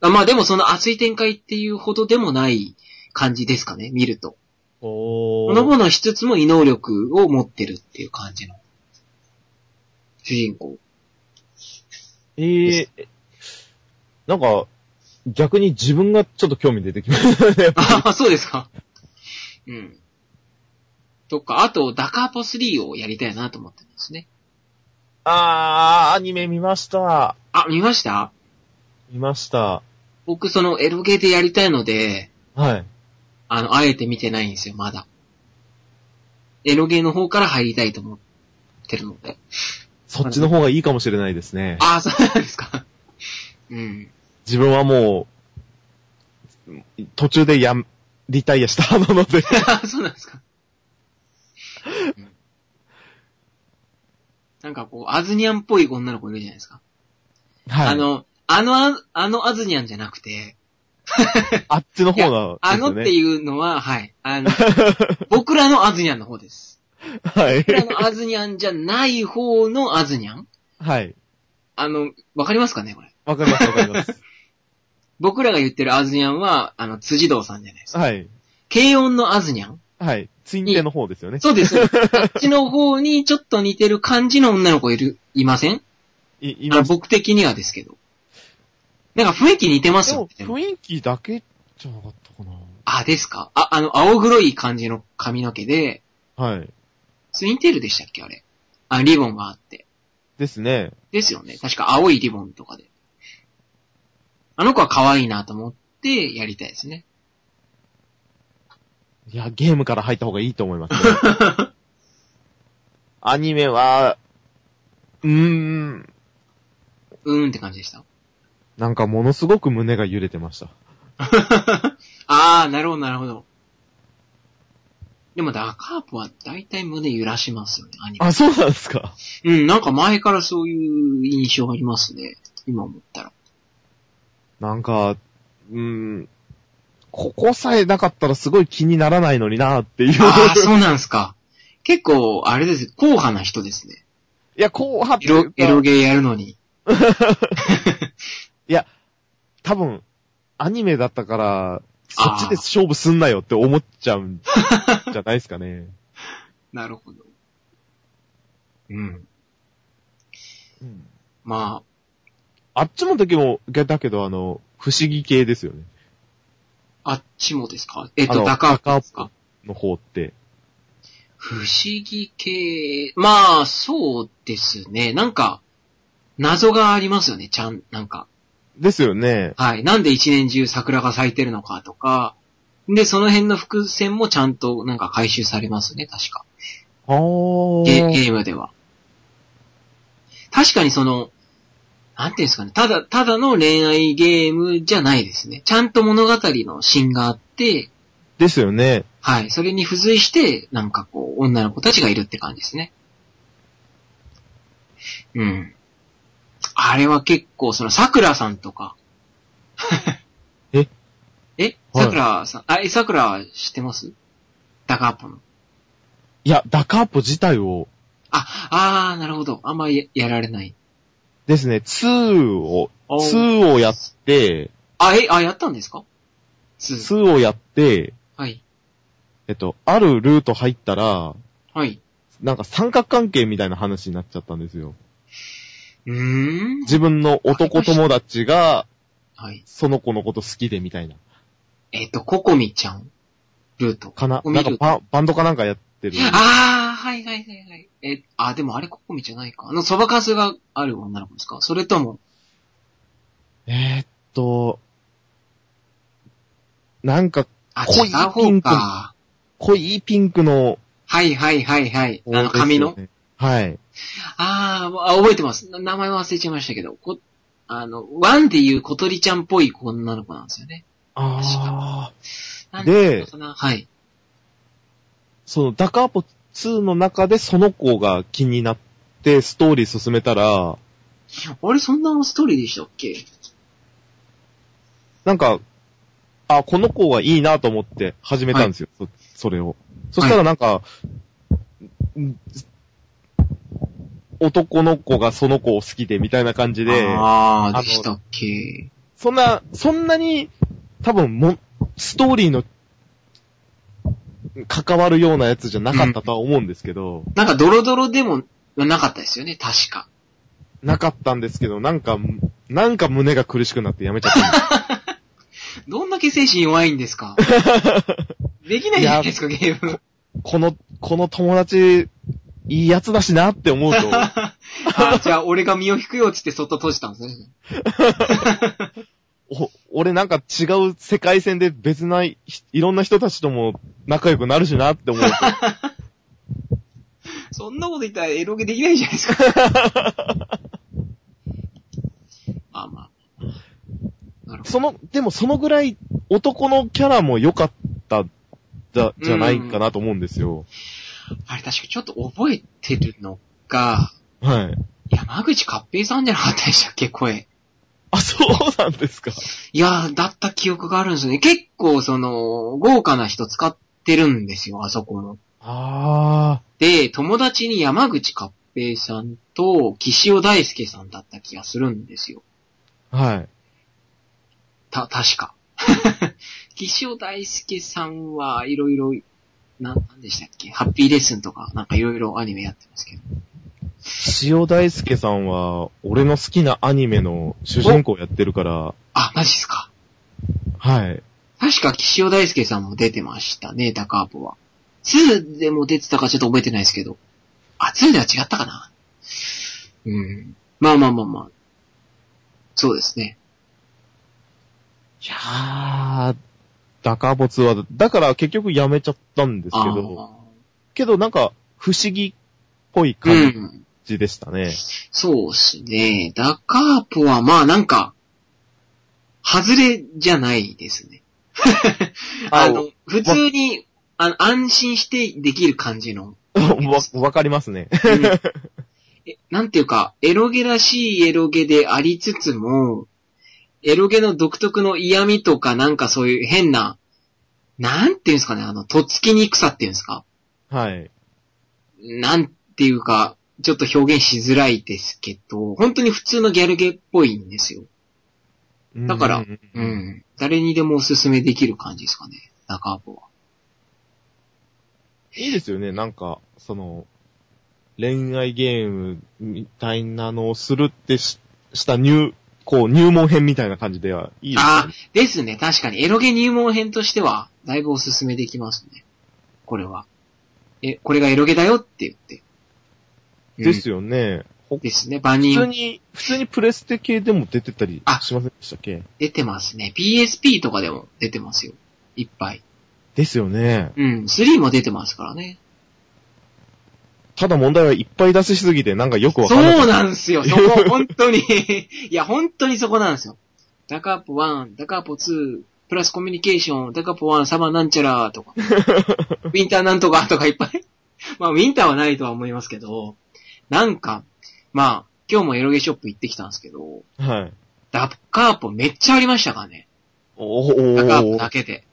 Speaker 2: あまあでもその熱い展開っていうほどでもない感じですかね、見ると。
Speaker 3: お
Speaker 2: ほのぼのしつつも異能力を持ってるっていう感じの。主人公。
Speaker 3: えー、なんか、逆に自分がちょっと興味出てきましたね。
Speaker 2: ああ、そうですか。うん。とか、あと、ダカーポ3をやりたいなと思ってますね。
Speaker 3: あー、アニメ見ました。
Speaker 2: あ、見ました
Speaker 3: 見ました。
Speaker 2: 僕、その、エロゲーでやりたいので、
Speaker 3: はい。
Speaker 2: あの、あえて見てないんですよ、まだ。エロゲーの方から入りたいと思ってるので。
Speaker 3: そっちの方がいいかもしれないですね。
Speaker 2: ああ、そうなんですか。うん。
Speaker 3: 自分はもう、途中でやん、リタイアしたなので。
Speaker 2: あそうなんですか。うんなんかこう、アズニャンっぽい女の子いるじゃないですか。
Speaker 3: はい。
Speaker 2: あ、の、あのあ、あのアズニャンじゃなくて、
Speaker 3: あっちの方が、
Speaker 2: あのって
Speaker 3: う。
Speaker 2: いうのは、はい。あの、 僕らのアズニャンの方です。
Speaker 3: はい。
Speaker 2: 僕らのアズニャンじゃない方のアズニャン
Speaker 3: はい。
Speaker 2: あの、わかりますかねこれ。
Speaker 3: わかります、わかります。
Speaker 2: 僕らが言ってるアズニャンは、あの、辻堂さんじゃないですか。
Speaker 3: はい。
Speaker 2: 軽音のアズニャン
Speaker 3: はい。ツインテの方ですよね。
Speaker 2: そうです。あっちの方にちょっと似てる感じの女の子いる、いません
Speaker 3: い
Speaker 2: あの
Speaker 3: 今、でも
Speaker 2: 僕的にはですけど。なんか雰囲気似てますよ。
Speaker 3: 雰囲気だけじゃなかったかな。
Speaker 2: あ、ですかあ、あの、青黒い感じの髪の毛で、
Speaker 3: はい。
Speaker 2: ツインテールでしたっけあれ。あ、リボンがあって。
Speaker 3: ですね。
Speaker 2: ですよね。確か青いリボンとかで。あの子は可愛いなと思ってやりたいですね。
Speaker 3: いや、ゲームから入った方がいいと思います、ね。 アニメは、うーん、
Speaker 2: うーんって感じで した。
Speaker 3: なんかものすごく胸が揺れてました。
Speaker 2: あー、なるほど、なるほど。でも、ダカープは大体胸揺らしますよね、アニメ。
Speaker 3: あ、そうなんですか。
Speaker 2: うん、なんか前からそういう印象ありますね。今思ったら。
Speaker 3: なんか、うーん、ここさえなかったらすごい気にならないのになーっていう。い
Speaker 2: ああ、そうなんですか。結構、あれです。硬派な人ですね。
Speaker 3: や、こうはって
Speaker 2: エ
Speaker 3: いう
Speaker 2: ロ
Speaker 3: か、
Speaker 2: エロゲーやるのに。
Speaker 3: 多分、アニメだったから、そ
Speaker 2: あー
Speaker 3: っちで勝負すんなよって思っちゃうんじゃないですかね。
Speaker 2: なるほど。うん。
Speaker 3: うん
Speaker 2: ま
Speaker 3: あっちの時も、だけどあの、不思議系ですよね。
Speaker 2: あ、あっちもですかえっ
Speaker 3: あ
Speaker 2: と、
Speaker 3: の
Speaker 2: ダカープですか
Speaker 3: の方って。
Speaker 2: 不思議系、まあ、そうですね。なんか、謎がありますよね、ちゃん、なんか。
Speaker 3: ですよね。
Speaker 2: はい。なんで一年中桜が咲いてるのかとか。で、その辺の伏線もちゃんとなんか回収されますね、確か。
Speaker 3: あー
Speaker 2: ゲゲームでは。確かにその、なんていうんですかね、ただ、ただの恋愛ゲームじゃないですね。ちゃんと物語の芯があって、
Speaker 3: ですよね。
Speaker 2: はい、それに付随して、なんかこう、女の子たちがいるって感じですね。うん。あれは結構、その、桜さんとか。
Speaker 3: え
Speaker 2: え桜さん、あ、え、桜知ってますダカーポの。
Speaker 3: いや、ダカーポ自体を、
Speaker 2: あ、あー、なるほど。あんまりややられない。
Speaker 3: ですね、2を、
Speaker 2: おー
Speaker 3: 2をやって、
Speaker 2: あ、え、あ、やったんですかツー
Speaker 3: 2をやって、
Speaker 2: はい。
Speaker 3: えっと、あるルート入ったら、
Speaker 2: はい。
Speaker 3: なんか三角関係みたいな話になっちゃったんですよ。
Speaker 2: うーん。
Speaker 3: 自分の男友達が、
Speaker 2: はい。
Speaker 3: その子のこと好きでみたいな。
Speaker 2: えっ、と、ココミちゃん、ルート。
Speaker 3: かな、
Speaker 2: ココミ
Speaker 3: なん
Speaker 2: ル
Speaker 3: か
Speaker 2: ート
Speaker 3: ババンドかなんかやってる。
Speaker 2: ああ、はいはいはいはい。え、あ、でもあれココミじゃないか。あの、そばかすがある女の子ですかそれとも、
Speaker 3: えーっと、なんか
Speaker 2: あ、
Speaker 3: 濃い
Speaker 2: 違う方か。
Speaker 3: 濃いピンクの、
Speaker 2: はいはいはいはい。あの、
Speaker 3: ですよ
Speaker 2: 髪の。
Speaker 3: ねはい。
Speaker 2: あーあ、覚えてます。な名前は忘れちゃいましたけど、こあの、ワンでいう小鳥ちゃんっぽい女の子なんですよね。
Speaker 3: ああ。
Speaker 2: なん
Speaker 3: で
Speaker 2: だったかなはい。
Speaker 3: その、ダカーポ2の中でその子が気になって、ストーリー進めたら、
Speaker 2: あれ、そんなストーリーでしたっけ
Speaker 3: なんか、あ、この子はいいなと思って始めたんですよ。そそれを。そしたらなんか、ん男の子がその子を好きでみたいな感じで、
Speaker 2: あ
Speaker 3: あ
Speaker 2: あ、
Speaker 3: の
Speaker 2: でしたっけ
Speaker 3: そんな、そんなに、多分も、ストーリーの、関わるようなやつじゃなかったとは思うんですけど、
Speaker 2: なんかドロドロでもなかったですよね、確か。
Speaker 3: なかったんですけど、なんか、なんか胸が苦しくなってやめちゃった。
Speaker 2: どんだけ精神弱いんです かできないじゃないですか、ゲーム。
Speaker 3: この、この友達、いいやつだしなって思うと、
Speaker 2: あ、じゃあ俺が身を引くよっつってそっと閉じたんですね。
Speaker 3: お俺なんか違う世界線で別ない、いろんな人たちとも仲良くなるしなって 思うと。
Speaker 2: そんなこと言ったらエロゲできないじゃないですか。まあまあ。なるほど。
Speaker 3: その、でもそのぐらい男のキャラも良かった、じゃ、じゃないかなと思うんですよ。
Speaker 2: あれ確かちょっと覚えてるのが、
Speaker 3: はい。
Speaker 2: 山口勝平さんじゃなかったでしたっけ、声。
Speaker 3: あ、そうなんですか。
Speaker 2: いやー、だった記憶があるんですよね。結構その、豪華な人使ってるんですよ、あそこの。
Speaker 3: あ
Speaker 2: で、友達に山口勝平さんと岸尾大輔さんだった気がするんですよ。
Speaker 3: あ。はい。
Speaker 2: た、確か。 岸尾大輔さんはいろいろ、な、なんでしたっけハッピーレッスンとか、なんかいろいろアニメやってますけど。
Speaker 3: 塩大輔さんは、俺の好きなアニメの主人公やってるから、
Speaker 2: あ、マジっすか。
Speaker 3: はい。
Speaker 2: 確か岸尾大輔さんも出てましたね、ダカーポは。2でも出てたかちょっと覚えてないですけど。あ、2では違ったかなうん。まあまあまあまあ。そうですね。
Speaker 3: いやー、ダカボツは、だから結局やめちゃったんですけど、けどなんか、不思議っぽい
Speaker 2: あー
Speaker 3: 感
Speaker 2: うん。
Speaker 3: じでしたね。
Speaker 2: そうっすね。ダカーポは、まあなんか、外れじゃないですね。 あの、普通に、あの、安心してできる感じ の。
Speaker 3: わ、わかりますね。
Speaker 2: うんえなんていうか、エロゲらしいエロゲでありつつも、エロゲの独特の嫌味とかなんかそういう変な、なんていうんですかね、あの、とっつきにくさっていうんですか。
Speaker 3: はい。
Speaker 2: なんていうか、ちょっと表現しづらいですけど、本当に普通のギャルゲっぽいんですよ。だから
Speaker 3: うん
Speaker 2: う。ん。誰にでもおすすめできる感じですかね。中坊は。
Speaker 3: いいですよね、なんか、その、恋愛ゲームみたいなのをするってしした入、こう、入門編みたいな感じでは、いいですよ
Speaker 2: あ
Speaker 3: ね。
Speaker 2: ですね。確かに、エロゲ入門編としては、だいぶおすすめできますね。これは。え、これがエロゲだよって言って。うん
Speaker 3: ですよね。ほ
Speaker 2: ですね。万
Speaker 3: 普通
Speaker 2: 人
Speaker 3: に、普通にプレステ系でも出てたり
Speaker 2: あ
Speaker 3: しませんでしたっけ
Speaker 2: 出てますね。PSP とかでも出てますよ。いっぱい。
Speaker 3: ですよね。
Speaker 2: うん。3も出てますからね。
Speaker 3: ただ問題はいっぱい出しすぎて、なんかよくわ
Speaker 2: そ
Speaker 3: か
Speaker 2: うん
Speaker 3: ない。
Speaker 2: なんですよ。そこ、本当に。 いや、本当にそこなんですよ。ダカーポ1、ダカーポ2、プラスコミュニケーション、ダカーポ1、サマーなんちゃら とか、ウィンターなんとかとかいっぱい。 まあ、ウィンターはないとは思いますけど、なんか、まあ、今日もエロゲショップ行ってきたんですけど、
Speaker 3: はい。
Speaker 2: ダカーポめっちゃありましたからね。
Speaker 3: おーお
Speaker 2: ダカーポ
Speaker 3: ー
Speaker 2: だけで。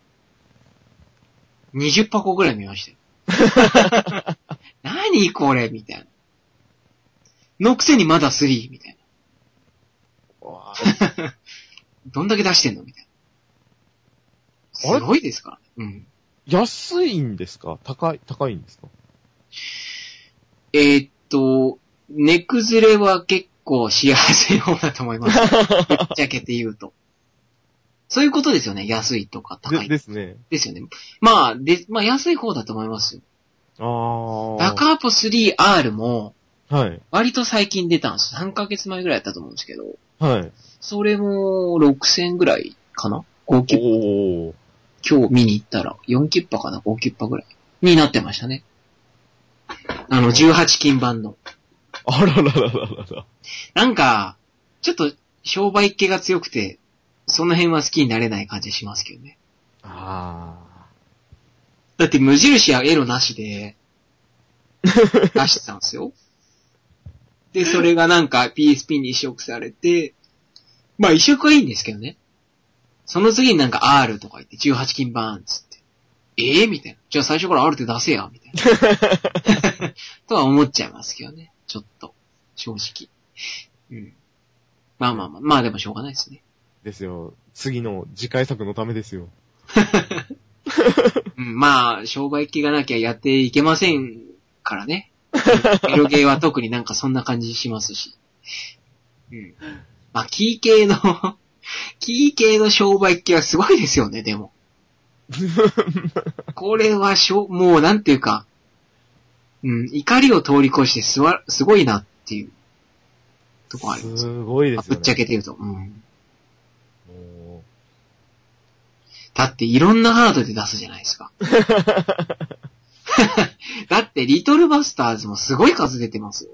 Speaker 2: 20箱ぐらい見ま したよ。何これみたいな。のくせにまだ3みたいな。どんだけ出してんのみたいな。
Speaker 3: あれ
Speaker 2: すごいですからね。うん。
Speaker 3: 安いんですか高い、高いんですか
Speaker 2: えーっと、値崩れは結構しやすい方だと思 います。ぶっちゃけて言うと。そういうことですよね。安いとか高
Speaker 3: で
Speaker 2: い。
Speaker 3: ですね。
Speaker 2: ですよね。まあ、で、まあ安い方だと思いますよ。
Speaker 3: あー。
Speaker 2: ダカーポ 3R も、
Speaker 3: はい。
Speaker 2: 割と最近出たんです。3ヶ月前ぐらいだったと思うんですけど、
Speaker 3: はい。
Speaker 2: それも6000ぐらいかな ?5 キュッパ。
Speaker 3: おー。
Speaker 2: 今日見に行ったら、4キュッパかな ?5 キュッパぐらい。になってましたね。あの、18金版の。
Speaker 3: あらららららら。
Speaker 2: なんか、ちょっと商売っ気が強くて、その辺は好きになれない感じしますけどね。
Speaker 3: あ
Speaker 2: だって無印やエロなしで、出してたんですよ。で、それがなんか PSP に移植されて、まあ移植はいいんですけどね。その次になんか R とか言って18金バーンつって。ええみたいな。じゃあ最初から R って出せやみたいな。とは思っちゃいますけどね。ちょっと。正直。うん。まあまあまあ。まあでもしょうがないですね。
Speaker 3: ー。ですよ。次の次回作のためですよ。
Speaker 2: うん、まあ、商売気がなきゃやっていけませんから ね。エロゲーは特になんかそんな感じしますし。うん。まあ、キー系の、 キー系の商売気はすごいですよね、で も。これはしょ、もうなんていうか、うん、怒りを通り越してすわ、すごいなっていう、とこあります。
Speaker 3: すごいです
Speaker 2: ぶ
Speaker 3: よね。
Speaker 2: っちゃけて言うと。うん。
Speaker 3: も
Speaker 2: だっていろんなハードで出すじゃないですか。だって、リトルバスターズもすごい数出てますよ。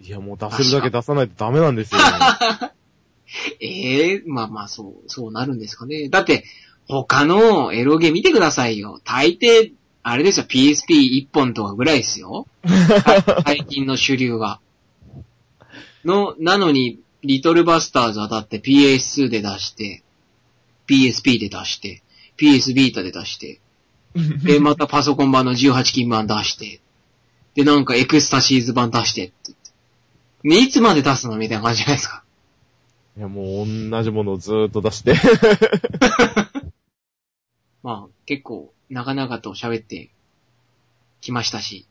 Speaker 3: ういや、もう出せるだけ出さないとダメなんですよ。
Speaker 2: ええまあまあ、そう、そうなるんですかね。だって、他のエロゲ見てくださいよ。大抵、あれですよ、PSP1 本とかぐらいですよ。はい最近の主流は。の、なのに、リトルバスターズはだって PS2 で出して、PSP で出して、PS ビータで出して、で、またパソコン版の18金版出して、で、なんかエクスタシーズ版出してって言ってねいつまで出すのみたいな感じじゃないですか。
Speaker 3: いや、もう同じものをずーっと 出して。
Speaker 2: まあ、結構、長々と喋ってきましたし、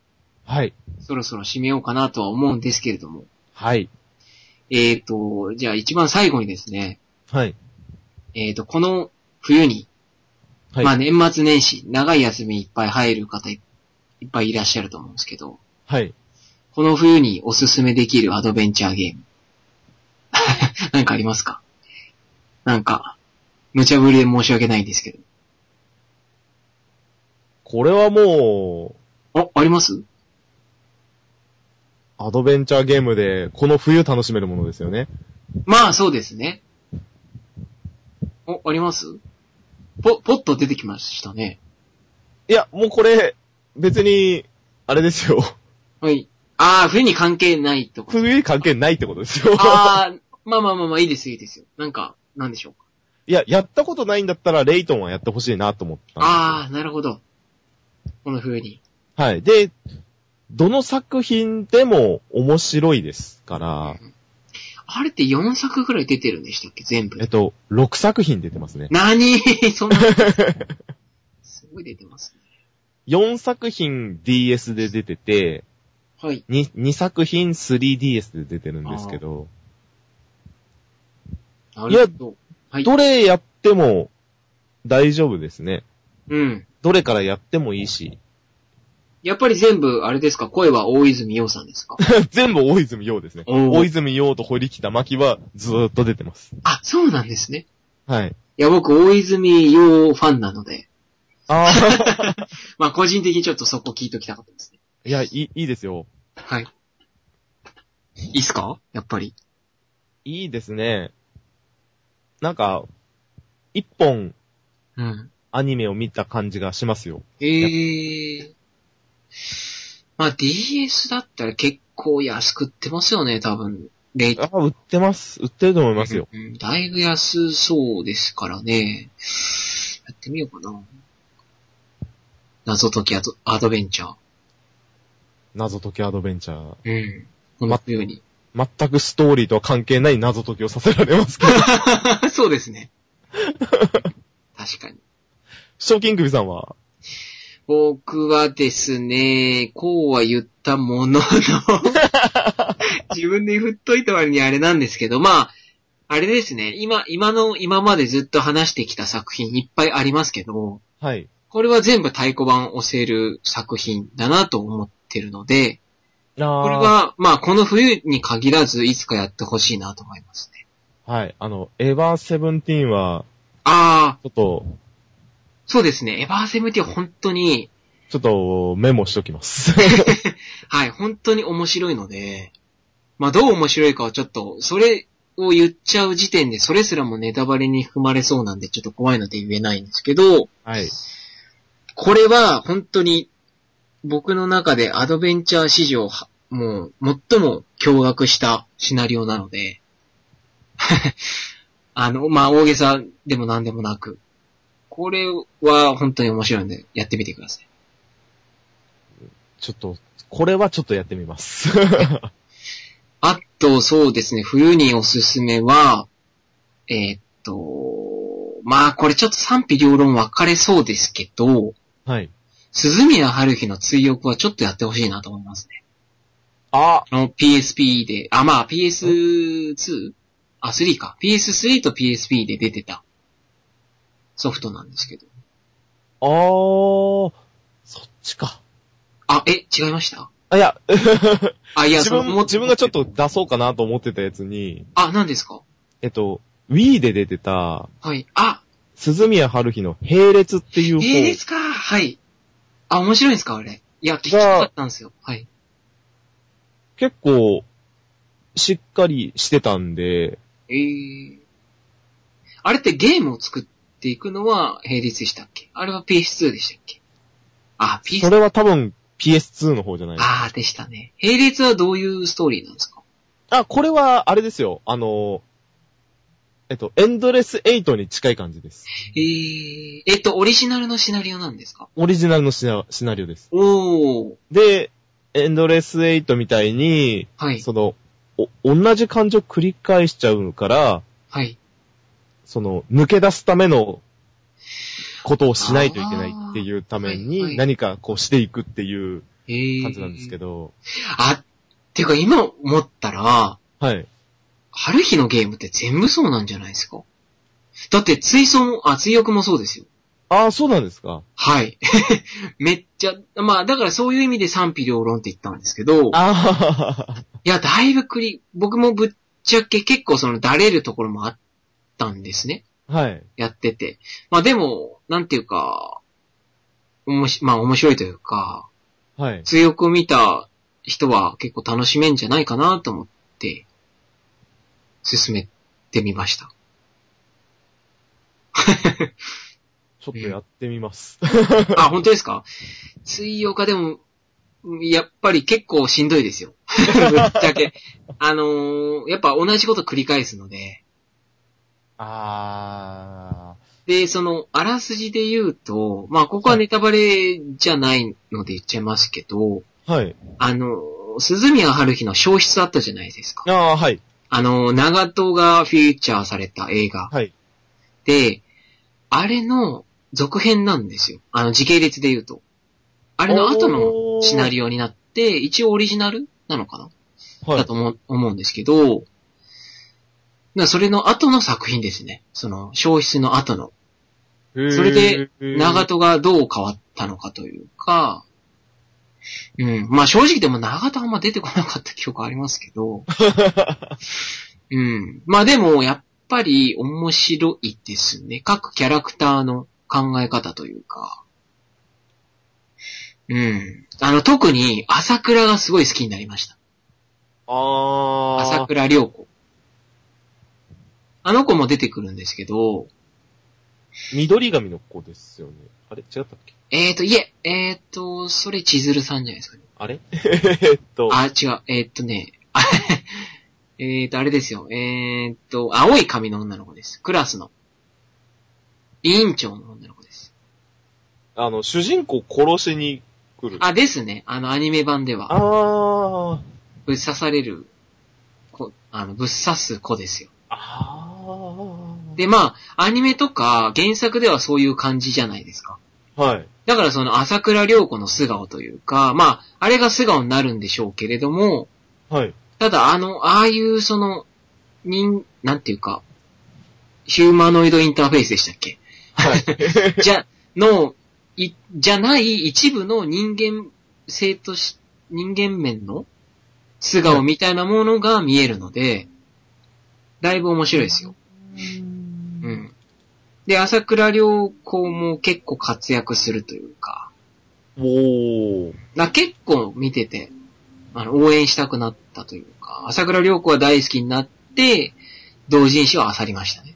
Speaker 3: はい。
Speaker 2: そろそろ締めようかなとは思うんですけれども。
Speaker 3: はい。
Speaker 2: えっ、と、じゃあ一番最後にですね、
Speaker 3: はい。
Speaker 2: えっ、と、この冬に、
Speaker 3: はい。
Speaker 2: まあ年末年始、長い休みいっぱい入る方いいっぱいいらっしゃると思うんですけど、
Speaker 3: はい。
Speaker 2: この冬におすすめできるアドベンチャーゲーム。 なんかありますかなんか、無茶ぶりで申し訳ないんですけど。
Speaker 3: これはもう、
Speaker 2: あ、あります
Speaker 3: アドベンチャーゲームで、この冬楽しめるものですよね。
Speaker 2: まあ、そうですね。お、ありますぽ、ぽっと出てきましたね。
Speaker 3: いや、もうこれ、別に、あれで すよ。
Speaker 2: はい。ああ、冬に関係ないと か。
Speaker 3: 冬に関係ないってことですよ。
Speaker 2: ああ、まあまあまあまあ、いいです、いいですよ。なんか、なんでしょうか。
Speaker 3: いや、やったことないんだったら、レイトンはやってほしいなと思ったんですよ。
Speaker 2: ああ、なるほど。この冬に。
Speaker 3: はい。で、どの作品でも面白いですから、
Speaker 2: あれって4作くらい出てるんでしたっけ全部
Speaker 3: えっ。と、6作品出てますね。
Speaker 2: なに そんな。すごい出てますね。
Speaker 3: 4作品 DS で出てて、
Speaker 2: はい。
Speaker 3: 2, 2作品 3DS で出てるんですけど、
Speaker 2: なるほど。はい。
Speaker 3: どれやっても大丈夫ですね。
Speaker 2: うん。
Speaker 3: どれからやってもいいし、
Speaker 2: やっぱり全部、あれですか声は大泉洋さんですか
Speaker 3: 全部大泉洋ですね。
Speaker 2: おー
Speaker 3: 大泉洋と堀北真希はずーっと出てます。
Speaker 2: あ、そうなんですね。
Speaker 3: はい。
Speaker 2: いや、僕、大泉洋ファンなので、
Speaker 3: ああ、
Speaker 2: まあ、個人的にちょっとそこ聞いときたかったですね。
Speaker 3: いや、いい、いいですよ。
Speaker 2: はい。いいっすかやっぱり。
Speaker 3: いいですね。なんか、一本
Speaker 2: うん。
Speaker 3: アニメを見た感じがしますよ。
Speaker 2: ええー。まあ、DS だったら結構安く売ってますよね、多分。レイ
Speaker 3: ああ、売ってます。売ってると思いますよ。
Speaker 2: うん、だいぶ安そうですからね。やってみようかな。謎解きアドアドベンチャ
Speaker 3: 謎解きアドベンチャー。
Speaker 2: ー。うん。このよう に。
Speaker 3: 全くストーリーとは関係ない謎解きをさせられますけ ど。
Speaker 2: そうですね。確かに。
Speaker 3: ショーキングビさんは
Speaker 2: 僕はですね、こうは言ったも のの、自分で振っといた割にあれなんですけど、まあ、あれですね、今、今の、今までずっと話してきた作品いっぱいありますけど、
Speaker 3: はい。
Speaker 2: これは全部太鼓判押せる作品だなと思ってるので、
Speaker 3: あー
Speaker 2: これは、まあ、この冬に限らず、いつかやってほしいなと思いますね。
Speaker 3: はい。あの、エヴァーセブンティーンは、
Speaker 2: ああ、
Speaker 3: ちょっと、
Speaker 2: そうですね、エヴァーセブンティーン本当に、
Speaker 3: ちょっとメモしときます。
Speaker 2: はい、本当に面白いので、まあ、どう面白いかはちょっと、それを言っちゃう時点で、それすらもネタバレに含まれそうなんで、ちょっと怖いので言えないんですけど、
Speaker 3: はい。
Speaker 2: これは本当に、僕の中でアドベンチャー史上は、もう、最も驚愕したシナリオなので、 あの、まあ、大げさでも何でもなく、これは本当に面白いので、やってみてください。
Speaker 3: ちょっと、これはちょっとやってみます。
Speaker 2: あと、そうですね、冬におすすめは、えーっと、まあ、これちょっと賛否両論分かれそうですけど、
Speaker 3: はい。
Speaker 2: 鈴宮春日の追憶はちょっとやってほしいなと思いますね。
Speaker 3: あ、
Speaker 2: あの PSP で、あ、まあ PS2? あ、3か。PS3 と PSP で出てたソフトなんですけど。
Speaker 3: あー、そっちか。
Speaker 2: あ、え、違いました
Speaker 3: あ、いや、
Speaker 2: あ、いや、
Speaker 3: 自分、
Speaker 2: その
Speaker 3: 自分がちょっと。出そうかなと思ってたやつに、
Speaker 2: あ、何ですか
Speaker 3: えっと、Wii で出てた、
Speaker 2: はい。あ、
Speaker 3: 鈴宮春日の並列っていう方、
Speaker 2: ええですかはい。あ、面白いんですかあれ。いや、聞きたかったんですよ。はい。
Speaker 3: 結構、しっかりしてたんで、
Speaker 2: えー。あれってゲームを作っていくのは並列でしたっけあれは PS2 でしたっけあ、
Speaker 3: そ
Speaker 2: PS2。
Speaker 3: れは多分 PS2 の方じゃないですか。
Speaker 2: あー、でしたね。並列はどういうストーリーなんですか
Speaker 3: あ、これは、あれですよ。あの、えっと、エンドレス8に近い感じです。
Speaker 2: えー、えっと、オリジナルのシナリオなんですか
Speaker 3: オリジナルのシナシナリオです。
Speaker 2: おー。
Speaker 3: で、エンドレス8みたいに、
Speaker 2: はい。
Speaker 3: その、お同じ感情繰り返しちゃうから、
Speaker 2: はい。
Speaker 3: その、抜け出すためのことをしないといけないっていうため
Speaker 2: あーはいはい
Speaker 3: に、何かこうしていくっていう
Speaker 2: えー。
Speaker 3: 感じなんですけ
Speaker 2: ど。
Speaker 3: ど、
Speaker 2: あ、てか今思ったら、
Speaker 3: はい。
Speaker 2: 春日のゲームって全部そうなんじゃないですかだって、追走も、あ、追憶もそうですよ。
Speaker 3: ああ、そうなんですか。
Speaker 2: はい。 めっちゃ、まあ、だからそういう意味で賛否両論って言ったんですけど、
Speaker 3: ああ、
Speaker 2: いや、だいぶくり、僕もぶっちゃけ結構その、だれるところもあったんですね。
Speaker 3: はい。
Speaker 2: やってて。まあでも、なんていうか、おもし、まあ面白いというか、
Speaker 3: はい。
Speaker 2: 強く見た人は結構楽しめんじゃないかなと思って、進めてみました。
Speaker 3: ちょっとやってみます。
Speaker 2: あ、本当ですか水曜かでも、やっぱり結構しんどいですよ。ぶっちゃけ。あのーやっぱ同じこと繰り返すので。
Speaker 3: あ
Speaker 2: で、その、あらすじで言うと、まあ、ここはネタバレじゃないので言っちゃいますけど、
Speaker 3: あ。はい。
Speaker 2: あのー鈴宮春日の消失あったじゃないですか。
Speaker 3: ああ、はい。
Speaker 2: あのー長戸がフィーチャーされた映画
Speaker 3: はい。
Speaker 2: で、あれの続編なんですよ。あの、時系列で言うと。あ
Speaker 3: あ
Speaker 2: れの後のシナ
Speaker 3: リ
Speaker 2: リオになって、一応オリジナルなのかな、
Speaker 3: オは
Speaker 2: だ
Speaker 3: い
Speaker 2: と。思う思うんですけど、なそれの後の作品ですね。その、消失の後の。それで
Speaker 3: で
Speaker 2: 長戸がどう変わったのかというか、うん。まあ正直でも長戸あんま出てこなかった記憶ありますけど、うん。まあでも、やっぱり面白いですね。各キャラクターの考え方というか。うん。あの、特に、朝倉がすごい好きになりました。
Speaker 3: ああ。
Speaker 2: 朝倉良子。あの子も出てくるんですけど、
Speaker 3: 緑髪の子ですよね。あれ違ったっけ
Speaker 2: えーと、いえ、えーと、それ千鶴さんじゃないですかね。
Speaker 3: あれえっと。
Speaker 2: あ、違う、えーとね、 あえーと、あれですよ。えーと、青い髪の女の子です。クラスの。委員長の女の子です。
Speaker 3: あの、主人公殺しに来る。
Speaker 2: あ、ですね。あの、アニメ版では、
Speaker 3: あー。
Speaker 2: ぶっ刺される子、あの、ぶっ刺す子ですよ。
Speaker 3: あー。
Speaker 2: で、まあ、アニメとか原作ではそういう感じじゃないですか。
Speaker 3: はい。
Speaker 2: だからその朝倉良子の素顔というか、まあ、あれが素顔になるんでしょうけれども、
Speaker 3: はい。
Speaker 2: ただあの、ああいうその、人、なんていうか、ヒューマノイドインターフェースでしたっけ
Speaker 3: は い。
Speaker 2: じゃ、の、い、じゃない一部の人間性とし、人間面の素顔みたいなものが見えるので、だいぶ面白いですよ。うん。で、朝倉良子も結構活躍するというか、
Speaker 3: おー。
Speaker 2: な結構見てて、あの、応援したくなったというか、朝倉良子は大好きになって、同人誌を漁りましたね。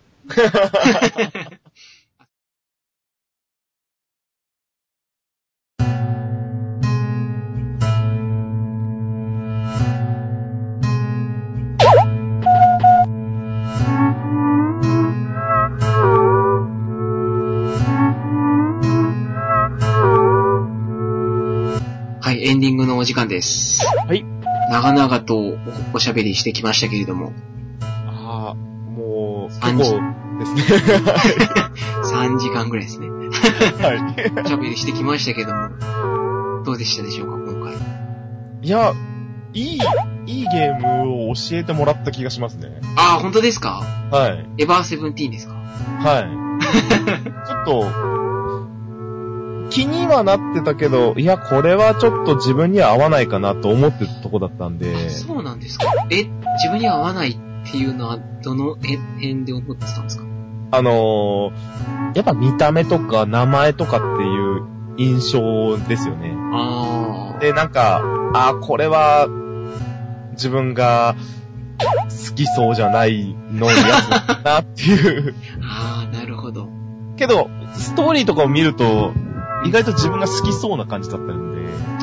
Speaker 2: はい、エンディングのお時間です。
Speaker 3: はい。
Speaker 2: 長々とおおしゃべりしてきましたけれども、
Speaker 3: ああ、もう、結
Speaker 2: 三時
Speaker 3: 構ですね。
Speaker 2: 3時間ぐらいですね。
Speaker 3: はい。
Speaker 2: おしゃべりしてきましたけども、どうでしたでしょうか、今回。
Speaker 3: いや、いい、いいゲームを教えてもらった気がしますね。
Speaker 2: ああ、本当ですか
Speaker 3: はい。
Speaker 2: エヴァーセブンティーンですか
Speaker 3: はい。ちょっと、気にはなってたけど、いや、これはちょっと自分には合わないかなと思ってたとこだったんで、
Speaker 2: そうなんですかえ、自分には合わないっていうのは、どのえ辺で思ってたんですか
Speaker 3: あのー、やっぱ見た目とか名前とかっていう印象ですよね。
Speaker 2: あ
Speaker 3: で、なんか、あーこれは、自分が、好きそうじゃないのやつだなっていう。
Speaker 2: あ、ああ、なるほど。
Speaker 3: けど、ストーリーとかを見ると、意外と自分が好きそうな感じだったんで。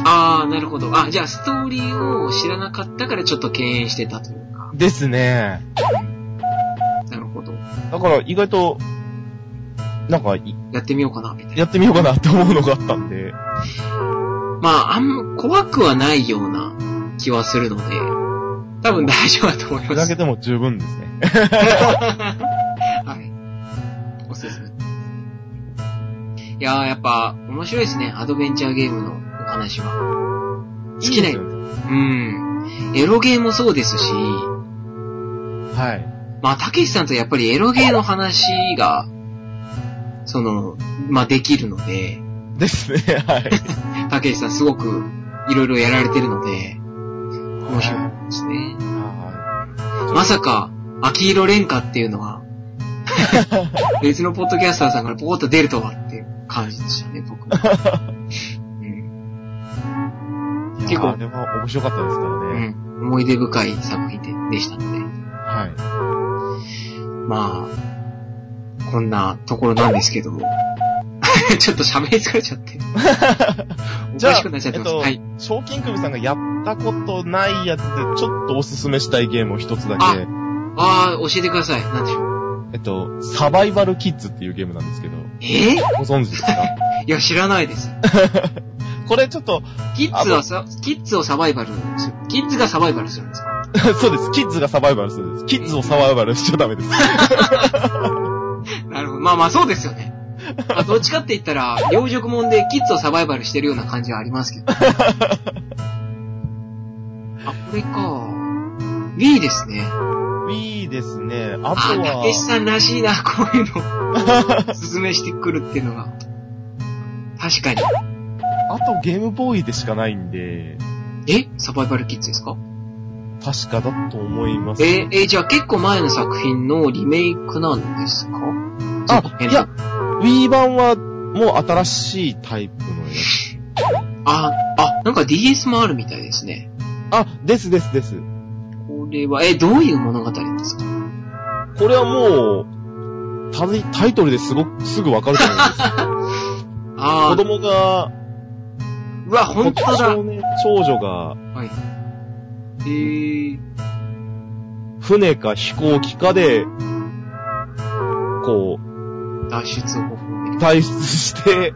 Speaker 2: ああ、なるほど。あ、じゃあストーリーを知らなかったからちょっと敬遠してたというか。
Speaker 3: ですね。
Speaker 2: なるほど。
Speaker 3: だから意外と、なんかい、
Speaker 2: やってみようかな、みたいな。
Speaker 3: やってみようかなって思うのがあったん で。
Speaker 2: まあ、あんま怖くはないような気はするので、多分大丈夫だと思い
Speaker 3: それ
Speaker 2: ま
Speaker 3: だ
Speaker 2: す
Speaker 3: け。でも十分ですね。
Speaker 2: はい。おすすめ。いやー、やっぱ、面白いですね。アドベンチャーゲームのお話は。好きな、
Speaker 3: いいです
Speaker 2: う
Speaker 3: よね
Speaker 2: ん。エロゲーもそうですし、
Speaker 3: はい。
Speaker 2: まあ、たけしさんとやっぱりエロゲーの話が、その、まあ、できるので、
Speaker 3: ですね、 はい。
Speaker 2: たけしさんすごく、いろいろやられてるので、面白
Speaker 3: はい
Speaker 2: ですね。
Speaker 3: い。
Speaker 2: まさか、秋色廉歌っていうの は、別のポッドキャスターさんからポコッと出るとはっていう感じでしたね、僕も。うん
Speaker 3: はい
Speaker 2: 結
Speaker 3: いや
Speaker 2: 構
Speaker 3: ーあれは面白かったですから
Speaker 2: う
Speaker 3: ね。
Speaker 2: ん思い出深い作品ででしたので。
Speaker 3: はい。
Speaker 2: まあ、こんなところなんですけども。 ちょっと喋り疲れちゃ って。お
Speaker 3: じゃ
Speaker 2: か
Speaker 3: あ
Speaker 2: しくなっちゃってます。
Speaker 3: えっと
Speaker 2: はい。
Speaker 3: 賞金首さんがやったことないやつで、ちょっとおすすめしたいゲームを一つだけ
Speaker 2: あ、ああ、教えてください。なんでしょう。
Speaker 3: えっと、サバイバルキッズっていうゲームなんですけど、
Speaker 2: えー
Speaker 3: ご存知ですか
Speaker 2: いや、知らないです。
Speaker 3: これちょっと、
Speaker 2: キッズはさ、キッズをサバイバルする。キッズがサバイバルするんですか
Speaker 3: そうです、キッズがサバイバルするんです。キッズをサバイバルしちゃダ メです。
Speaker 2: なるほど。まあまあそうですよね。まあどっちかって言ったら、養殖もんでキッズをサバイバルしてるような感じはありますけど。あ、これか。いいですね。
Speaker 3: いいですね。
Speaker 2: あ
Speaker 3: あと
Speaker 2: たけし
Speaker 3: は、
Speaker 2: さんらしいな、こういうの。勧めしてくるっていうのが。確かに。
Speaker 3: あとゲームボーイでしかないんで、
Speaker 2: えサバイバルキッズですか
Speaker 3: 確かだと思います。
Speaker 2: えーえーじゃあ結構前の作品のリメイクなんですか
Speaker 3: あ、いや、Wii 版はもう新しいタイプのやつ。
Speaker 2: あ、あ、なんか DS もあるみたいですね。
Speaker 3: あ、ですですです。
Speaker 2: これは、え、どういう物語なんですか
Speaker 3: これはもう、タイタイトルですごく、すぐわかると思うんですけど。
Speaker 2: ああ
Speaker 3: 子、供が、
Speaker 2: うわ、本当だ。
Speaker 3: 少年少女が、
Speaker 2: はい。えー、
Speaker 3: 船か飛行機かで、こう、
Speaker 2: 脱出方法みたいな。
Speaker 3: 退出して、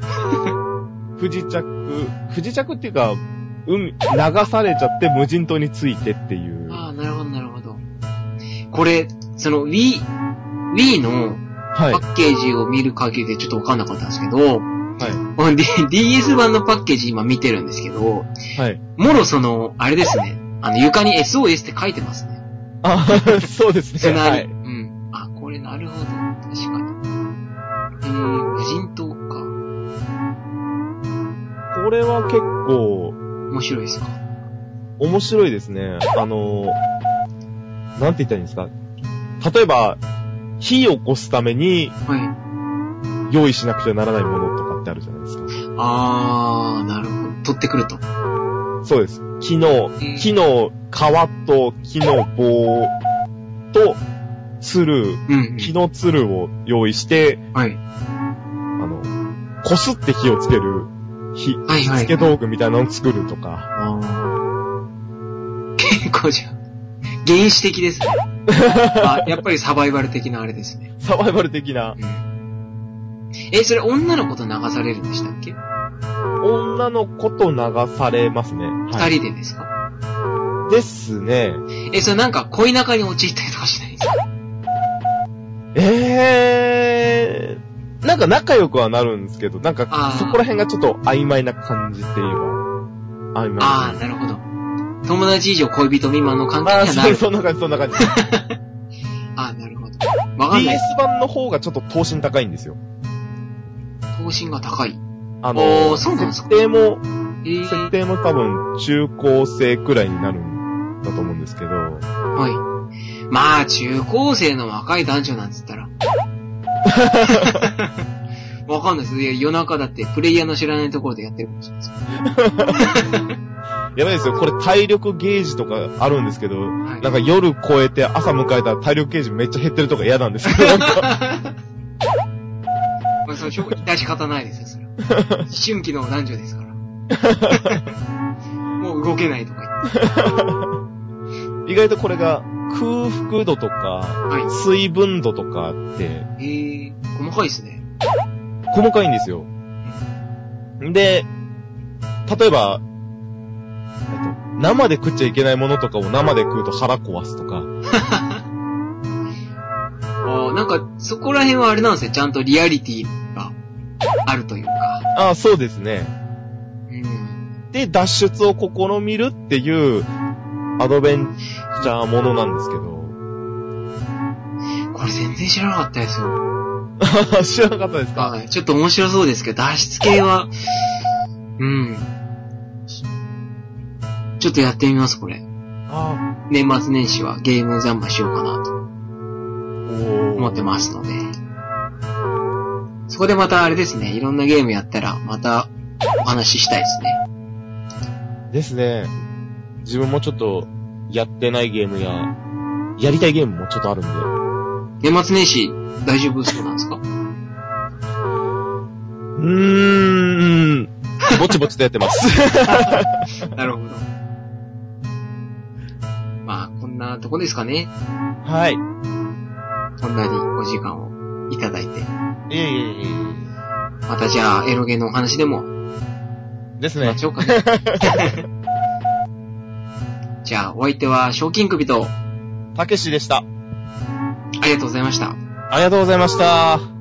Speaker 3: 不時着、不時着っていうか、海、流されちゃって無人島についてっていう。
Speaker 2: ああ、なるほど、なるほど。これ、その Wii、Wii の
Speaker 3: はい。
Speaker 2: パッケージを見る限りでちょっとわかんなかったんですけど、
Speaker 3: は
Speaker 2: ほんで、DS 版のパッケージ今見てるんですけど、
Speaker 3: い。はい。
Speaker 2: もろその、あれですね。あの、床に SOS って書いてますね。
Speaker 3: あそうです
Speaker 2: そ
Speaker 3: ね。
Speaker 2: んな、
Speaker 3: は
Speaker 2: う
Speaker 3: い。
Speaker 2: ん。あ、これなるほど。確かに。えー、無人島か。
Speaker 3: これは結構、
Speaker 2: 面白いですか
Speaker 3: 面白いですね。あの、なんて言ったらいいんですか。例えば、火を起こすために
Speaker 2: はい。
Speaker 3: 用意しなくちゃならないものとかってあるじゃないですか。
Speaker 2: あー、なるほど。取ってくると。
Speaker 3: そうです。木の
Speaker 2: ん、
Speaker 3: 木の皮と木の棒と、鶴、
Speaker 2: うん。
Speaker 3: 木の鶴を用意して、
Speaker 2: はい。
Speaker 3: あの、こすって火をつける、火、
Speaker 2: はいは
Speaker 3: つ
Speaker 2: い。
Speaker 3: け道具みたいなのを作るとか。
Speaker 2: あー結構じゃん。原始的 ですね。あ、やっぱりサバイバル的なあれですね。
Speaker 3: サバイバル的な。
Speaker 2: うん。え、それ女の子と流されるんでしたっけ
Speaker 3: 女の子と流されますね。
Speaker 2: 二、
Speaker 3: はい。
Speaker 2: 人でですか
Speaker 3: ですね。
Speaker 2: え、それなんか恋仲に陥ったりとかしないですか
Speaker 3: えー、なんか仲良くはなるんですけど、なんか
Speaker 2: あー
Speaker 3: そこら辺がちょっと曖昧な感じっていうか、曖昧
Speaker 2: あ
Speaker 3: な
Speaker 2: あ、なるほど。友達以上恋人未満の関係
Speaker 3: まあ、
Speaker 2: にはな
Speaker 3: そう
Speaker 2: る。
Speaker 3: そんな感じ、そんな感じ。
Speaker 2: ああ、なるほど。わかんない
Speaker 3: DS。版の方がちょっと等身高いんですよ。
Speaker 2: 等身が高い。
Speaker 3: あ
Speaker 2: おー
Speaker 3: の、
Speaker 2: そうなんですか
Speaker 3: 設定も、
Speaker 2: ええ
Speaker 3: 設定も多分中高生くらいになるんだと思うんですけど、
Speaker 2: はい。まあ、中高生の若い男女なんつったら。わかんないです。いや夜中だってプレイヤーの知らないところでやってるかもしれないです。
Speaker 3: やばいですよ、これ体力ゲージとかあるんですけど、
Speaker 2: はい
Speaker 3: なんか夜超えて朝迎えたら体力ゲージめっちゃ減ってるとか嫌なんですけど、なん か
Speaker 2: まあ、その、しょう致し方ないですよ、それは。思春期の男女ですから。もう動けないとか言って。
Speaker 3: 意外とこれが空腹度とか、
Speaker 2: は
Speaker 3: 水分度とかって
Speaker 2: い。ええ細かいですね。
Speaker 3: 細かいんですよ。で、例えば、えっと生で食っちゃいけないものとかを生で食うと腹壊すとか、
Speaker 2: ああ、なんか、そこら辺はあれなんですよ。ちゃんとリアリティがあるというか。
Speaker 3: ああ、そうですね。
Speaker 2: うん。
Speaker 3: で、脱出を試みるっていう、アドベンチャーものなんですけど。
Speaker 2: これ全然知らなかったですよ。
Speaker 3: 知らなかったですか
Speaker 2: はい。ちょっと面白そうですけど、脱出系は、うん。ちょっとやってみます、これ。
Speaker 3: ああ、
Speaker 2: 年末年始はゲーム三昧しようかなと
Speaker 3: お
Speaker 2: 思
Speaker 3: ー
Speaker 2: ってますので。そこでまたあれですね、いろんなゲームやったら、またお話ししたいですね。
Speaker 3: ですね。自分もちょっと、やってないゲームや、やりたいゲームもちょっとあるんで。
Speaker 2: 年末年始、大丈夫そうなんですか
Speaker 3: うーん、ぼちぼちとやってます。
Speaker 2: なるほど。まあ、こんなとこですかね。
Speaker 3: はい。
Speaker 2: こんなにお時間をいただいて。
Speaker 3: いえいえい
Speaker 2: またじゃあ、エロゲのお話でも
Speaker 3: え。です
Speaker 2: しま
Speaker 3: ね。
Speaker 2: しょうかね。 じゃあ、お相手は、賞金首と、あ
Speaker 3: たけしでした。
Speaker 2: りがとうございました。
Speaker 3: ありがとうございました。